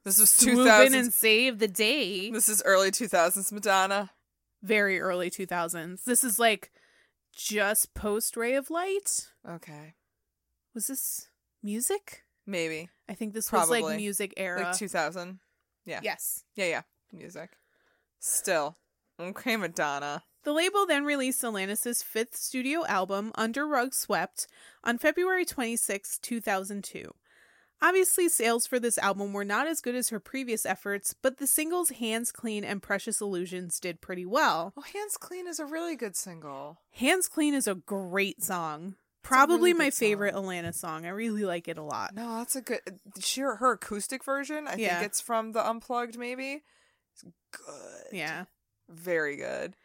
This is Swoop 2000s. in and save the day. This is early 2000s Madonna. Very early 2000s. This is like just post Ray of Light. Okay. Was this music? Maybe. I think this was Probably. like music era. Like 2000. Yeah. Yes. Yeah, yeah. Music. Still. Okay, Madonna. The label then released Alanis' fifth studio album, Under Rug Swept, on February 26, 2002. Obviously, sales for this album were not as good as her previous efforts, but the singles Hands Clean and Precious Illusions did pretty well. Oh, Hands Clean is a really good single. Hands Clean is a great song. a Probably really my good favorite Alanis song. I really like it a lot. No, that's a good. She her acoustic version. I Yeah. think it's from the unplugged. Maybe it's good. Yeah. very good.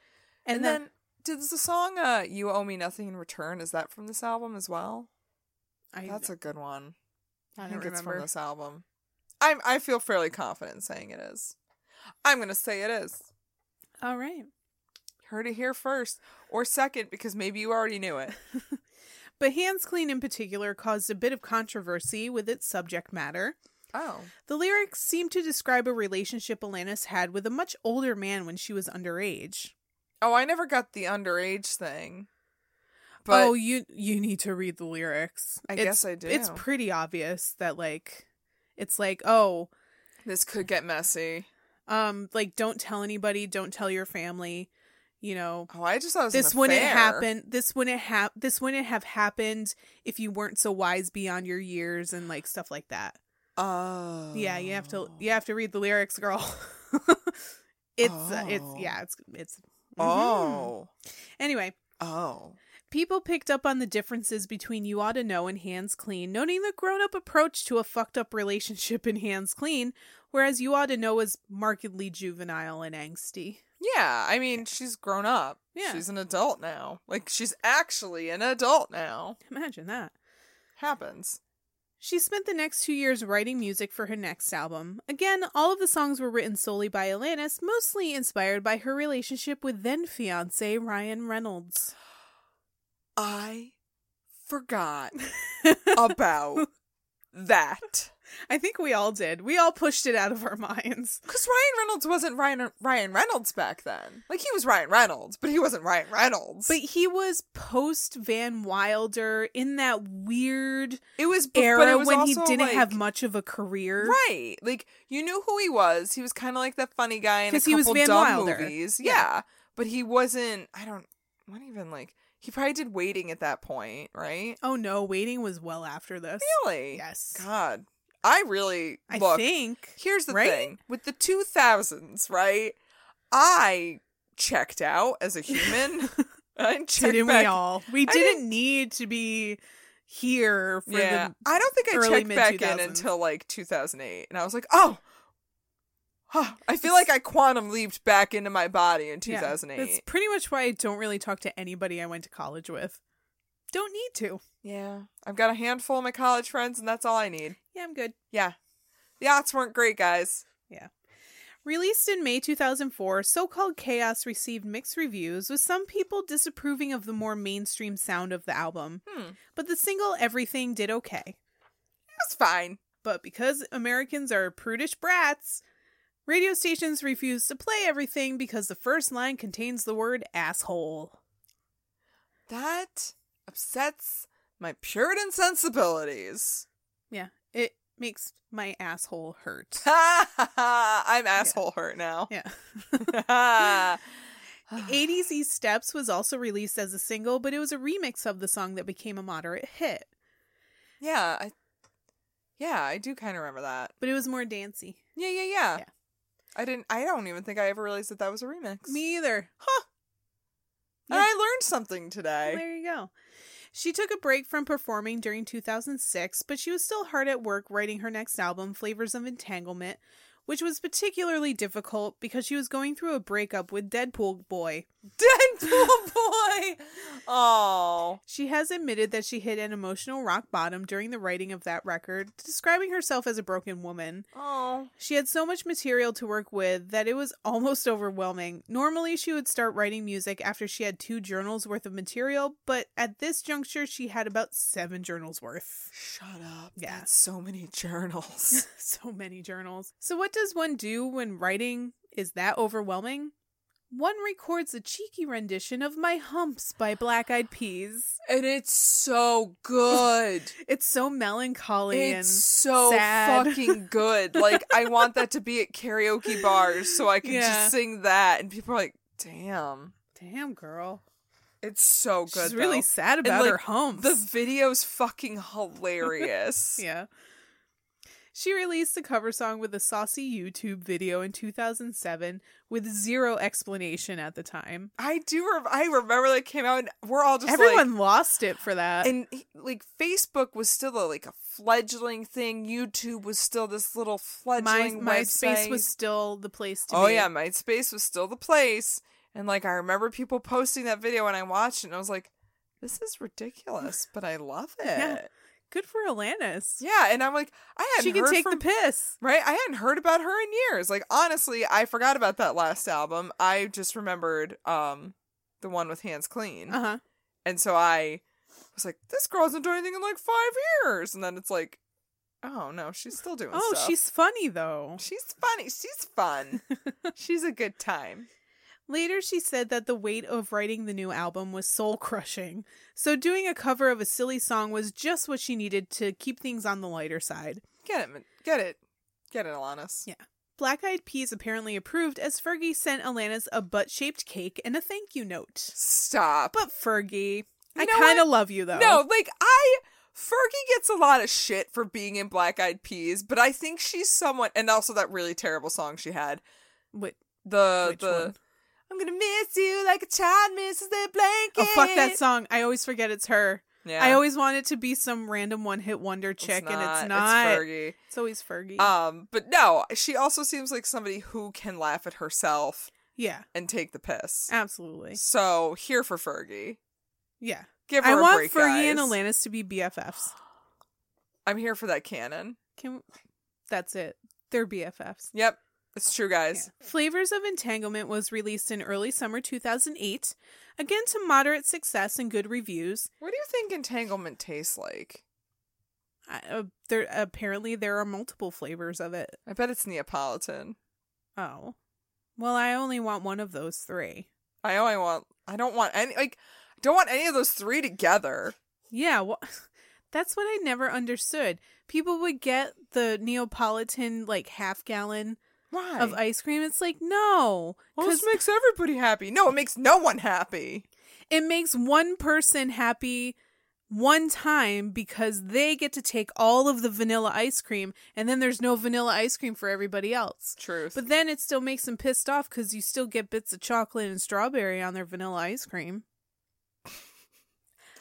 And, And, then, then, did the song uh, "You Owe Me Nothing in Return" is that from this album as well? I, That's a good one. I I don't think it's from remember. this album. I'm I feel fairly confident saying it is. I'm gonna say it is. All right. Heard it here first, or second, because maybe you already knew it. But Hands Clean in particular caused a bit of controversy with its subject matter. Oh. The lyrics seem to describe a relationship Alanis had with a much older man when she was underage. Oh, I never got the underage thing. But oh, you you need to read the lyrics. I It's- guess I It's do. pretty obvious that like it's like, oh, this could get messy. um like don't tell anybody, don't tell your family, you know. Oh, I just thought it was an This wouldn't affair. happen. This wouldn't have. This wouldn't have happened if you weren't so wise beyond your years and like stuff like that. Oh. Yeah, you have to. You have to read the lyrics, girl. it's uh, it's Oh. yeah, it's it's. mhm. Oh. Anyway, Oh. people picked up on the differences between "You Ought to Know" and "Hands Clean," noting the grown-up approach to a fucked-up relationship in "Hands Clean," whereas "You Ought to Know" is markedly juvenile and angsty. Yeah, I mean, she's grown up. Yeah. She's an adult now. Like, she's actually an adult now. Imagine that. Happens. She spent the next two years writing music for her next album. Again, all of the songs were written solely by Alanis, mostly inspired by her relationship with then fiance Ryan Reynolds. I forgot about that. I think we all did. We all pushed it out of our minds. Because Ryan Reynolds wasn't Ryan, Ryan Reynolds back then. Like, he was Ryan Reynolds, but he wasn't Ryan Reynolds. But he was post Van Wilder in that weird it was b- era but it was when he also, didn't have like- much of a career. Right. Like you knew who he was. He was kind of like that funny guy in a 'Cause he couple was Van dumb Wilder. movies. Yeah. Yeah. but he wasn't. I don't. Not even like he probably did waiting at that point, right? Oh no, waiting was well after this. Really? Yes. God, I really I look. think. here's the right? thing with the two thousands, right? I checked out as a human. I checked Didn't we back- all? We I didn't, need to be here for Yeah, the I don't think I early checked back in mid-2000s. until like 2008, and I was like, oh. Huh, I feel like I quantum leaped back into my body in Yeah, that's 2008. pretty much why I don't really talk to anybody I went to college with. Don't need to. Yeah, I've got a handful of my college friends, and that's all I need. Yeah, I'm good. Yeah, the odds weren't great, guys. Released in May 2004, So Called Chaos received mixed reviews, with some people disapproving of the more mainstream sound of the album. Hmm. But the single Everything did okay. It was fine. But because Americans are prudish brats, radio stations refused to play everything because the first line contains the word asshole. That upsets my Puritan sensibilities. Yeah, it makes my asshole hurt. Ha ha ha! I'm asshole hurt now. yeah. Ha. 80s East Steps was also released as a single, but it was a remix of the song that became a moderate hit. yeah, I, yeah, I do kind of remember that. But it was more dancey. Yeah, yeah, yeah, Yeah. I didn't. I don't even think I ever realized that that was a remix. Me either. Huh. and I learned something Well, today. there you go. She took a break from performing during 2006, but she was still hard at work writing her next album, Flavors of Entanglement, which was particularly difficult because she was going through a breakup with Deadpool Boy. Deadpool boy. Oh, She has admitted that she hit an emotional rock bottom during the writing of that record, describing herself as a broken woman. oh, She had so much material to work with that it was almost overwhelming. Normally, she would start writing music after she had two journals worth of material, but at this juncture, she had about seven journals worth. shut up. Yeah. That's so many journals. so many journals. So, what does one do when writing is that overwhelming? One records a cheeky rendition of My Humps by Black Eyed Peas. and it's so good. It's so melancholy and It's so sad. fucking good. Like I want that to be at karaoke bars so I can Yeah. just sing that and people are like, "Damn. Damn, girl. It's so good." She's really though. sad And, about her like, humps. The video's fucking hilarious. Yeah. She released a cover song with a saucy YouTube video in 2007 with zero explanation at the time. I do. Re- I remember that came out, and we're all just Everyone like, lost it for that. and he- like Facebook was still a, like a fledgling thing. YouTube was still this little My fledgling MySpace website. was still the place to oh be. yeah, MySpace was still the place. And like I remember people posting that video, and I watched it, and I was like, "This is ridiculous," but I love it. Yeah. Good for Alanis. Yeah, and I'm like, I hadn't she can heard take from- the piss. Right? I hadn't heard about her in years. Like honestly, I forgot about that last album. I just remembered um the one with Hands Clean. Uh huh. And so I was like, this girl hasn't done anything in like 5 years. And then it's like, oh no, she's still doing Oh, stuff. she's funny though. she's funny. She's fun. she's a good time. Later, she said that the weight of writing the new album was soul crushing, so doing a cover of a silly song was just what she needed to keep things on the lighter side. Get it. man- Get it. Get it, Alanis. Yeah. Black Eyed Peas apparently approved as Fergie sent Alanis a butt shaped cake and a thank you note. Stop. But Fergie, I know kind of what? love you though. No, like I Fergie gets a lot of shit for being in Black Eyed Peas, but I think she's someone and also that really terrible song she had. Wait, The Which the one? I'm gonna miss you like a child misses their blanket. oh fuck that song. I always forget it's her. Yeah. I always want it to be some random one hit wonder It's chick, and not- it's Oh. not. It's, Fergie. always Fergie. Um, but no, she also seems like somebody who can laugh at herself yeah, and take the piss. absolutely. So here for Fergie. Yeah. Give her I a want break, Fergie and guys. Alanis to be BFFs. I'm here for that canon. Can that's it. They're BFFs. Yep, it's true, guys. Flavors of Entanglement was released in early summer 2008, again to moderate success and good reviews. What do you think entanglement tastes like? I- Uh, there apparently there are multiple flavors of it. I bet it's Neapolitan. Oh, well, I only want one of those three. I only want. I don't want any. Like, I don't want any of those three together. Yeah, well, that's what I never understood. People would get the Neapolitan like half gallon Why? of ice cream. It's like no, well, this because makes everybody happy. No, it makes no one happy. it makes one person happy one time because they get to take all of the vanilla ice cream and then there's no vanilla ice cream for everybody else. Truth. But then it still makes them pissed off because you still get bits of chocolate and strawberry on their vanilla ice cream.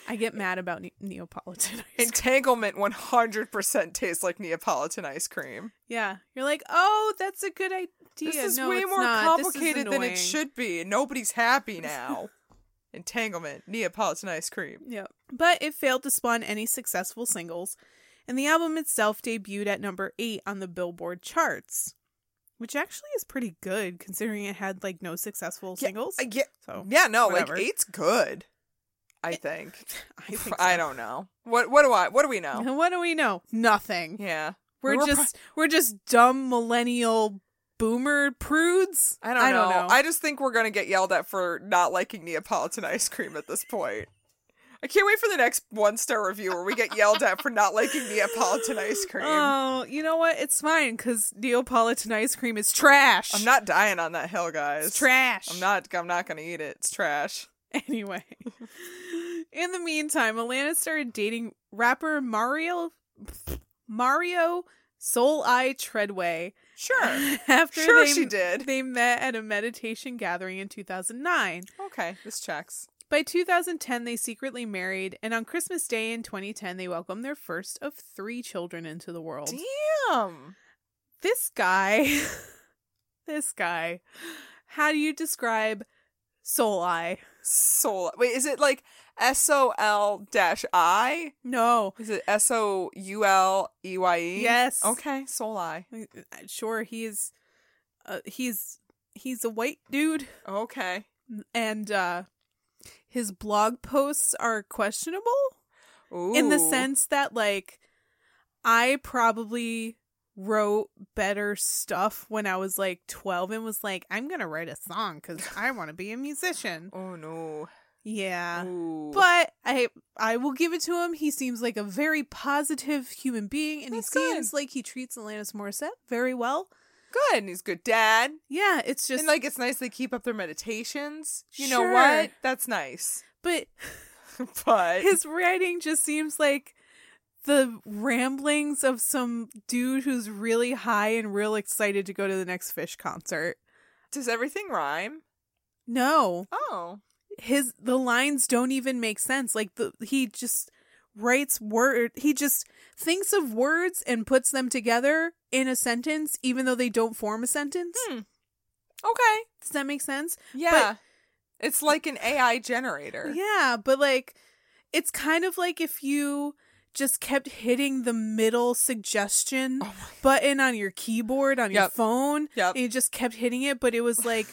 I get mad about ne- Neapolitan ice cream. entanglement one hundred percent tastes like Neapolitan ice cream. Yeah. You're like, oh, that's a good idea. This is No, way it's more not. This is complicated than annoying. it should be. Nobody's happy now. entanglement, Neapolitan ice cream. Yeah. But it failed to spawn any successful singles, and the album itself debuted at number 8 on the Billboard charts, which actually is pretty good considering it had like no successful singles. Yeah, I get- so, yeah, no, whatever. like eight's good. I think. I think I don't know. What? What do I? What do we know? And what do we know? Nothing. Yeah, We're, We were pro- just we're just dumb millennial boomer prudes. I don't, know. I just think we're gonna get yelled at for not liking Neapolitan ice cream at this point. I can't wait for the next one star review where we get yelled at for not liking Neapolitan ice cream. Oh, you know what? It's fine because Neapolitan ice cream is trash. I'm not dying on that hill, guys. It's trash. I'm not. I'm not gonna eat it. It's trash. Anyway, in the meantime, Alana started dating rapper Mario Mario Soul Eye Treadway. Sure. After Sure they, she did. They met at a meditation gathering in 2009. okay, this checks. By 2010, they secretly married, and on Christmas Day in 2010, they welcomed their first of three children into the world. Damn. This guy, this guy, how do you describe Soul Eye? Sol. Wait, is it like S O L dash I? No, Is it S O U L E Y E? Yes. Okay, Sol I. uh, sure he's uh, he's he's a white dude Okay. and uh his blog posts are questionable Ooh. in the sense that like i probably wrote better stuff when i was like 12 and was like i'm gonna write a song because i want to be a musician Oh no. yeah Ooh. but i i will give it to him he seems like a very positive human being and That's he good. seems like he treats alanis morissette very well good and he's good dad yeah it's just and like it's nice they keep up their meditations you know Sure. what that's nice but but his writing just seems like the ramblings of some dude who's really high and real excited to go to the next fish concert. does everything rhyme No, oh his the lines don't even make sense. Like the he just writes word he just thinks of words and puts them together in a sentence even though they don't form a sentence. Hmm. okay Does that make sense? yeah it's like an ai generator Yeah, but like it's kind of like if you just kept hitting the middle suggestion button on your keyboard on your Oh Yep. phone. Yep. And you just kept hitting it, but it was like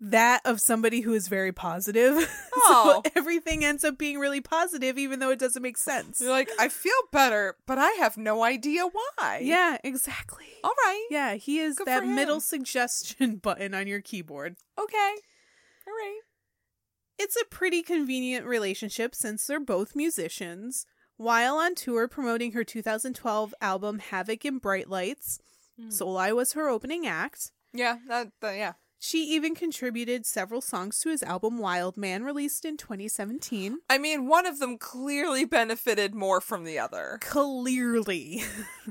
that of somebody who is very positive. Oh. so everything ends up being really positive, even though it doesn't make sense. You're like, I feel better, but I have no idea why. yeah, exactly. All right. Yeah, he is Oh, Good for that him. middle suggestion button on your keyboard. Okay. All right. It's a pretty convenient relationship since they're both musicians. While on tour promoting her 2012 album Havoc and Bright Lights, Soli was her opening act. Yeah. That, that- yeah. She even contributed several songs to his album Wild Man, released in 2017. I mean, one of them clearly benefited more from the other. Clearly.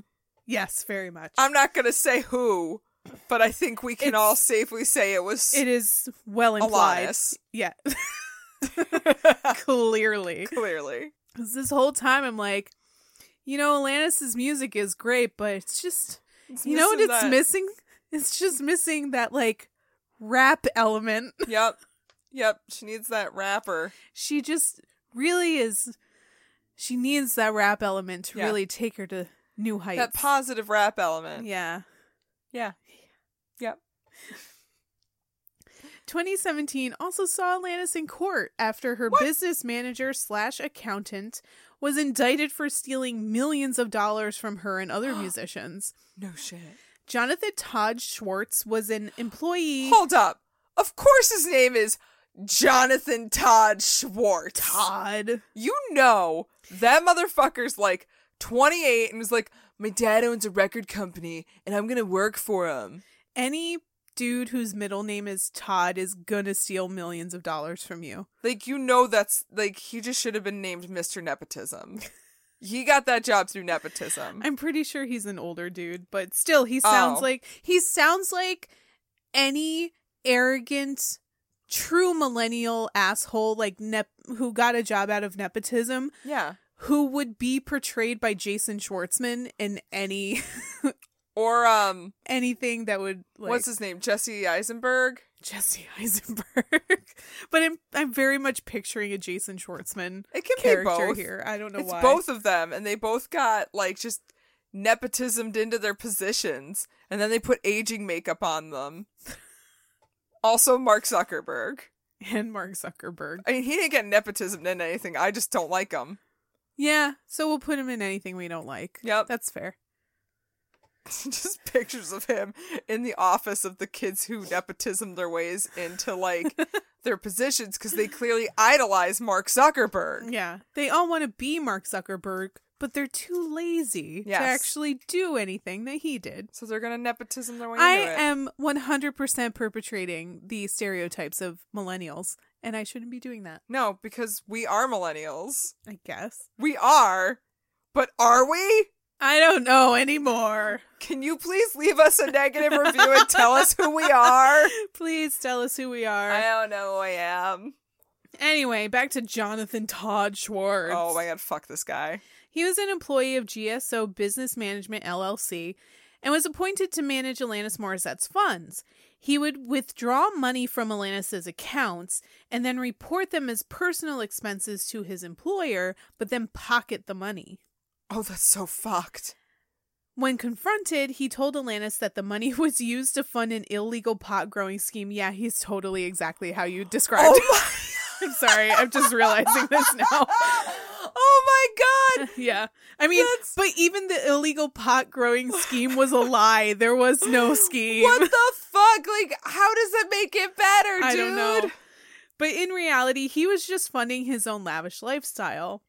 yes, very much. I'm not going to say who, but I think we can It's- all safely say it was it is well implied. Alanis. Yeah. Clearly. clearly. 'Cause this whole time I'm like, you know, Alanis' music is great, but it's just, you know what missing it's that- missing? It's just missing that like rap element. Yep. Yep. She needs that rapper. She just really is, she needs that rap element to Yeah. really take her to new heights. That positive rap element. Yeah. Yeah. Yep. 2017 also saw Alanis in court after her business manager slash accountant was indicted for stealing millions of dollars from her and other musicians. No shit. Jonathan Todd Schwartz was an employee. Hold up. Of course his name is Jonathan Todd Schwartz. Todd. You know that motherfucker's like 28 and was like, my dad owns a record company and I'm gonna work for him. Any dude whose middle name is Todd is gonna steal millions of dollars from you. Like you know that's like he just should have been named Mr. Nepotism. he got that job through nepotism. I'm pretty sure he's an older dude, but still, he sounds Oh. like he sounds like any arrogant, true millennial asshole like nep who got a job out of nepotism yeah. who would be portrayed by Jason Schwartzman in any Or um anything that would like, what's his name? Jesse Eisenberg? Jesse Eisenberg. but I'm I'm very much picturing a Jason Schwartzman It can be character both. here. I don't know it's why. both of them and they both got like just nepotismed into their positions and then they put aging makeup on them also mark zuckerberg and Mark Zuckerberg. i mean he didn't get nepotismed in anything i just don't like him Yeah, so we'll put him in anything we don't like. Yep. That's fair. just pictures of him in the office of the kids who nepotism their ways into like their positions because they clearly idolize mark zuckerberg Yeah. They all want to be Mark Zuckerberg, but they're too lazy Yes. to actually do anything that he did. so they're gonna nepotism their way I into it am 100% perpetrating the stereotypes of millennials, and I shouldn't be doing that, no because we are millennials I guess. we are but are we I don't know anymore. Can you please leave us a negative review and tell us who we are? Please tell us who we are. I don't know who I am. Anyway, back to Jonathan Todd Schwartz. Oh my god, fuck this guy. He was an employee of GSO Business Management LLC and was appointed to manage Alanis Morissette's funds. He would withdraw money from Alanis's accounts and then report them as personal expenses to his employer, but then pocket the money. Oh, that's so fucked. When confronted, he told Alanis that the money was used to fund an illegal pot growing scheme. Yeah, he's totally exactly how you Oh described it. I'm sorry, I'm just realizing this now. Oh my god. Yeah. I mean, but even the illegal pot growing scheme was a lie. There was no scheme. What the fuck? Like, how does that make it better, dude? I don't know. But in reality, he was just funding his own lavish lifestyle.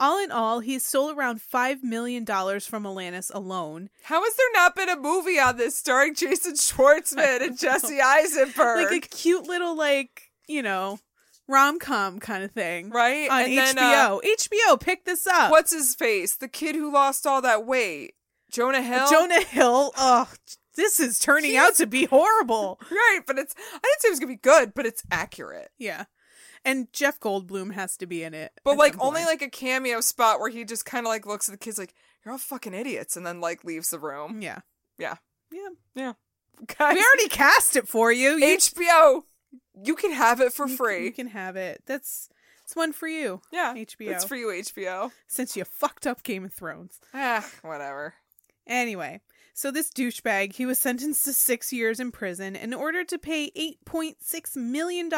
All in all, he stole around $5 million from Alanis alone. How has there not been a movie on this starring Jason Schwartzman and Jesse Eisenberg? Like a cute little, like, you know, rom com kind of thing. Right? On And HBO. then, uh, HBO, pick this up. What's his face? The kid who lost all that weight. Jonah Hill. Jonah Hill. Oh, this is turning out to be horrible. Right, but it's I didn't say it was gonna be good, but it's accurate. Yeah. And Jeff Goldblum has to be in it. But at like some only point. like a cameo spot where he just kind of like looks at the kids like you're all fucking idiots and then like leaves the room. Yeah. Yeah. Yeah. Yeah. Guys, We already cast it for Mm. you. You, HBO, you can have it for you can- free. You can have it. That's It's one for you. Yeah, HBO. It's for you, HBO. Since you fucked up Game of Thrones. Ah, whatever. Anyway, so this douchebag, he was sentenced to six years in prison in order to pay $8.6 million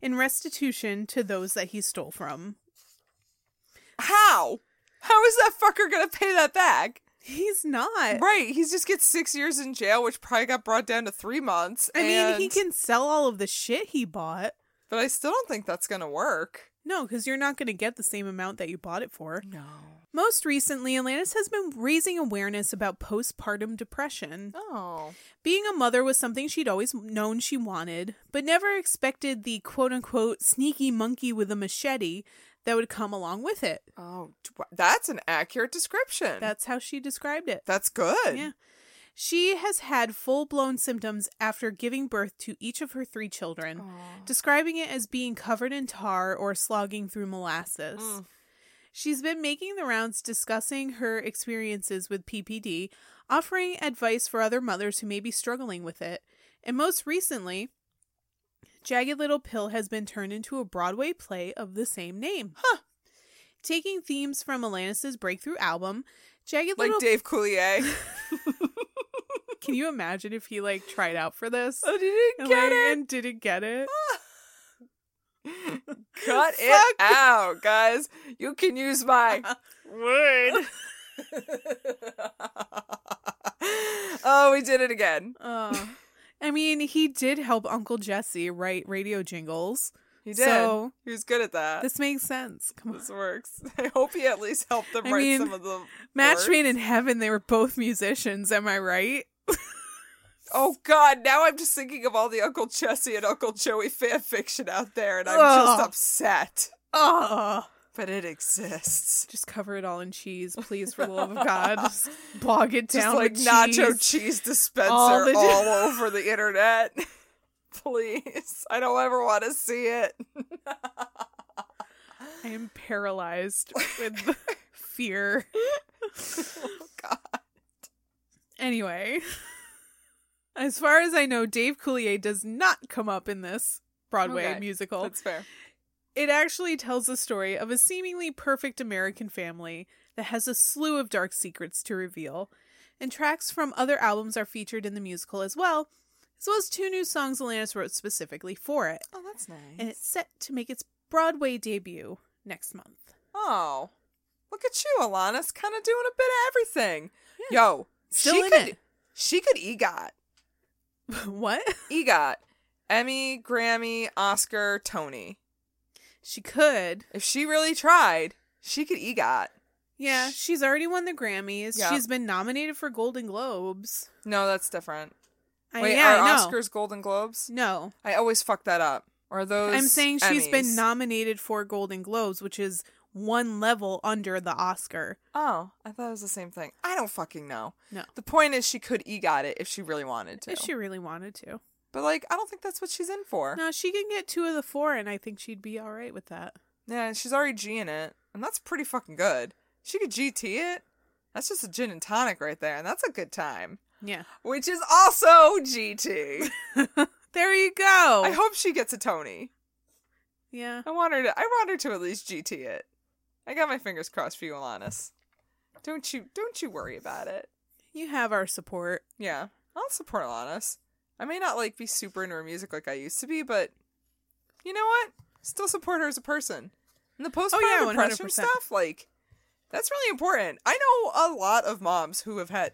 in restitution to those that he stole from. How? How is that fucker gonna pay that back? He's not. Right, he just gets six years in jail, which probably got brought down to three months. I mean, he and- can sell all of the shit he bought. but I still don't think that's gonna work. No, because you're not going to get the same amount that you bought it for. No. Most recently, Atlantis has been raising awareness about postpartum depression. Oh. Being a mother was something she'd always known she wanted, but never expected the quote unquote sneaky monkey with a machete that would come along with it. Oh, dw- that's an accurate description. That's how she described it. that's good. Yeah. She has had full blown symptoms after giving birth to each of her three children, describing it as being covered in tar or slogging through molasses. Mm. She's been making the rounds discussing her experiences with PPD, offering advice for other mothers who may be struggling with it. And most recently, Jagged Little Pill has been turned into a Broadway play of the same name. Huh. Taking themes from Alanis' breakthrough album, Jagged Like Little Dave Coulier. Can you imagine if he like tried out for this? oh, did you Elaine get it? and didn't get it. Cut it out, guys. You can use my word. oh, we did it again. Uh, I mean, he did help Uncle Jesse write radio jingles. He did. So- he was good at that. This, This makes sense. Come on. Uh, works. I hope he at least helped them I write mean, some of the Match words. Made in Heaven, they were both musicians, am I right? Oh God! Now I'm just thinking of all the Uncle Jesse and Uncle Joey fan fiction out there, and I'm Ugh. just upset. Oh. But it exists. Just cover it all in cheese, please, for the love of God. Just bog it Just down like with nacho cheese. cheese dispenser All all, the- over the internet. Please, I don't ever want to see it. I am paralyzed with fear. Oh, God. Anyway, as far as I know, Dave Coulier does not come up in this Broadway Okay, musical. That's fair. It actually tells the story of a seemingly perfect American family that has a slew of dark secrets to reveal, and tracks from other albums are featured in the musical as well, as well as two new songs Alanis wrote specifically for it. Oh, that's nice. And it's set to make its Broadway debut next month. Oh, look at you, Alanis, kind of doing a bit of everything. Yo, Still she in could, it. she could E EGOT, what? EGOT, Emmy, Grammy, Oscar, Tony. She could. If she really tried, she could E EGOT. Yeah, she's already won the Grammys. Yeah. She's been nominated for Golden Globes. No, that's different. I- Wait, yeah, are I know. Oscars Golden Globes? No. I always fuck that up. Or those? I'm saying she's been Emmys. nominated for Golden Globes, which is one level under the Oscar. Oh, I thought it was the same thing. I don't fucking know. No. The point is, she could egot it if she really wanted to. If she really wanted to. But like, I don't think that's what she's in for. No, she can get two of the four, and I think she'd be all right with that. Yeah, she's already G in it, and that's pretty fucking good. She could GT it. That's just a gin and tonic right there, and that's a good time. Yeah. Which is also GT. There you go. I hope she gets a Tony. yeah. I want her to. I want her to at least GT it. I got my fingers crossed for you, Alanis. Don't you? Don't you worry about it. You have our support. Yeah, I'll support Alanis. I may not like be super into her music like I used to be, but you know what? Still support her as a person. And the postpartum Oh, yeah, depression 100%. stuff, like that's really important. I know a lot of moms who have had.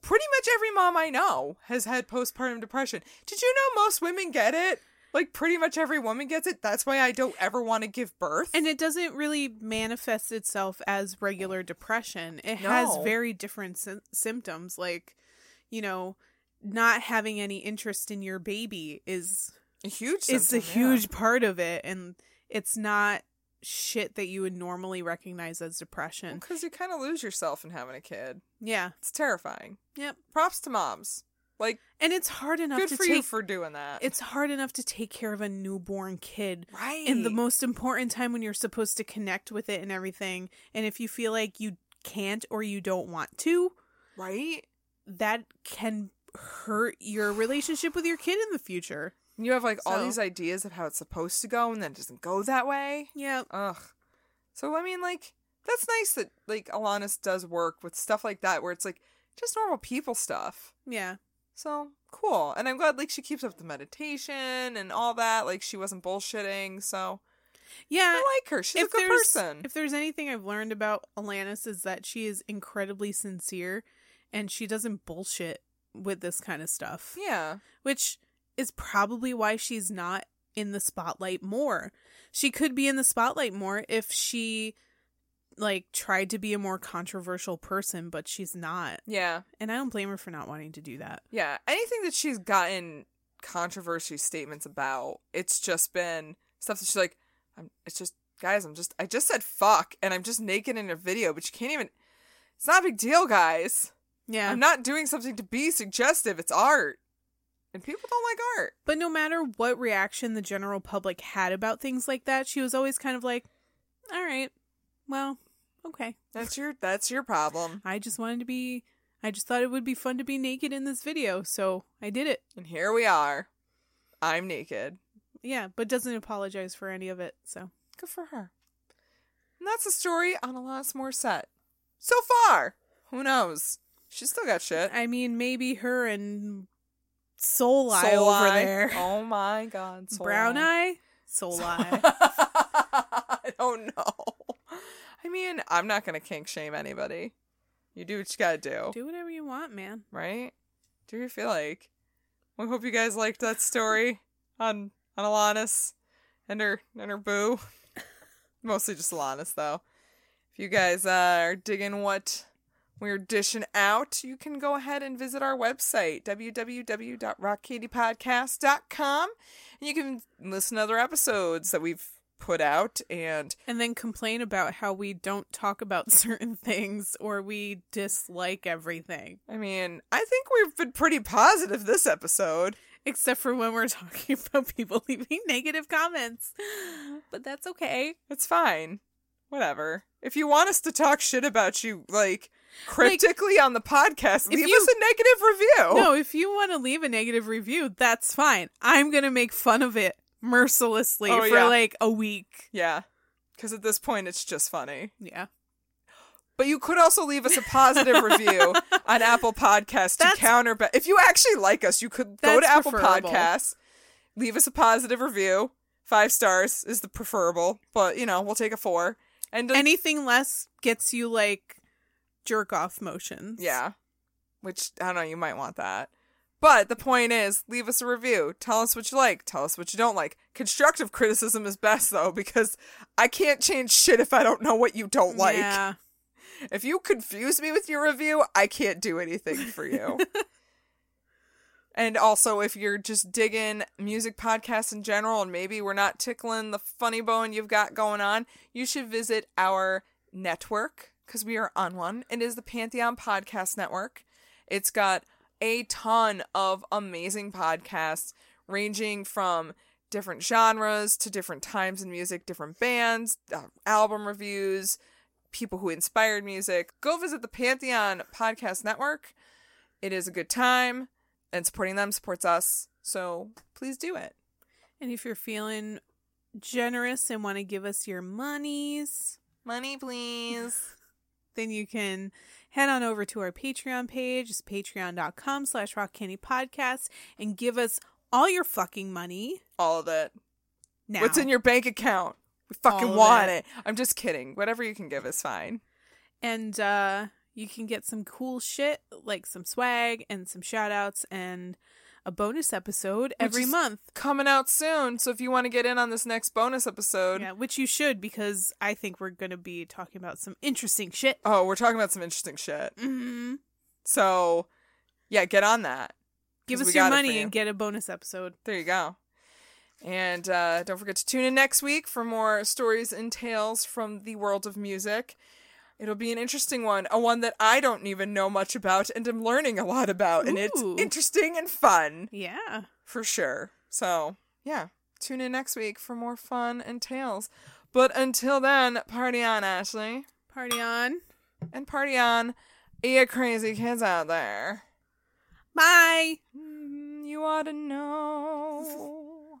Pretty much every mom I know has had postpartum depression. Did you know most women get it? Like pretty much every woman gets it. That's why I don't ever want to give birth. And it doesn't really manifest itself as regular depression. It has No. very different sym symptoms, like, you know, not having any interest in your baby is a huge. it's a symptom, yeah. huge part of it and it's not shit that you would normally recognize as depression because you kind of lose yourself in having a kid. yeah It's terrifying. yep Props to moms. Like and it's hard enough good to for take you for doing that. it's hard enough to take care of a newborn kid right in the most important time when you're supposed to connect with it and everything and if you feel like you can't or you don't want to right. that can hurt your relationship with your kid in the future You have like all So- these ideas of how it's supposed to go, and then it doesn't go that way. Yeah. Ugh. So I mean, like, that's nice that like Alanis does work with stuff like that, where it's like just normal people stuff. Yeah. So cool, and I'm glad like she keeps up the meditation and all that. Like she wasn't bullshitting. So Yeah. I like her. She's a good there's, person. If there's anything I've learned about Alanis is that she is incredibly sincere and she doesn't bullshit with this kind of stuff. yeah. Which is probably why she's not in the spotlight more. She could be in the spotlight more if she like tried to be a more controversial person, but she's not. Yeah. And I don't blame her for not wanting to do that. Yeah, anything that she's gotten controversy statements about, it's just been stuff that she's like, I'm, it's just, guys, I'm just, I just said fuck and I'm just naked in a video, but you can't even, it's not a big deal, guys. Yeah. I'm not doing something to be suggestive. It's art. And people don't like art. But no matter what reaction the general public had about things like that, she was always kind of like, all right, well, okay. That's your, that's your problem. I just wanted to be, I just thought it would be fun to be naked in this video, so I did it. And here we are. I'm naked. Yeah, but doesn't apologize for any of it, so. Good for her. And that's the story on Alanis Morissette. So far, who knows? She's still got shit. I mean, maybe her and Soul Eye Soul over Eye. there. Oh my god. Soul Brown Eye, Soul Eye. I don't know. I mean, I'm not gonna kink shame anybody. You do what you gotta do. Do whatever you want, man. Right? Do what you feel like? We hope you guys liked that story on on Alanis and her and her boo. Mostly just Alanis though. If you guys uh, are digging what we're dishing out, you can go ahead and visit our website, www.rockkittypodcast.com, and you can listen to other episodes that we've put out. And And then complain about how we don't talk about certain things or we dislike everything. I mean, I think we've been pretty positive this episode. except for when we're talking about people leaving negative comments. But that's okay. It's fine. Whatever. If you want us to talk shit about you, like cryptically on the podcast, leave you- us a negative review. No, if you want to leave a negative review, that's fine. I'm going to make fun of it mercilessly Oh, for yeah. like a week. Yeah, because at this point it's just funny. Yeah. But you could also leave us a positive review on Apple Podcasts to That's- counter. If you actually like us, you could go to That's Apple preferable. Podcasts, leave us a positive review. Five stars is the preferable, but you know we'll take a four. And Anything less gets you like jerk off motions. Yeah. Which I don't know, you might want that. But the point is, leave us a review. Tell us what you like. Tell us what you don't like. Constructive criticism is best though, because I can't change shit if I don't know what you don't like. Yeah. If you confuse me with your review, I can't do anything for you. and also, if you're just digging music podcasts in general and maybe we're not tickling the funny bone you've got going on, you should visit our network because we are on one. It is the Pantheon Podcast Network. It's got a ton of amazing podcasts ranging from different genres to different times in music, different bands, uh, album reviews, people who inspired music. Go visit the Pantheon Podcast Network. It is a good time, and supporting them supports us. So please do it. And if you're feeling generous and want to give us your monies, Money, please. then you can head on over to our patreon page it's patreon.com slash rockcandypodcast and give us all your fucking money All of it. now What's in your bank account? We fucking All of want it. it. I'm just kidding. Whatever you can give is fine. and uh you can get some cool shit like some swag and some shout outs and a bonus episode Which every is month Coming out soon. So if you want to get in on this next bonus episode, yeah which you should because i think we're gonna be talking about some interesting shit oh, we're talking about some interesting shit. mm-hmm. So yeah, get on that. give 'Cause we us your got it for money you. and get a bonus episode There you go. And uh, don't forget to tune in next week for more stories and tales from the world of music. It'll be an interesting one, a one that I don't even know much about and am learning a lot about. And it's Ooh. interesting and fun yeah for sure. So, yeah, tune in next week for more fun and tales. But until then, party on, Ashley. party on And party on, you crazy kids out there. bye Mm, You ought to know.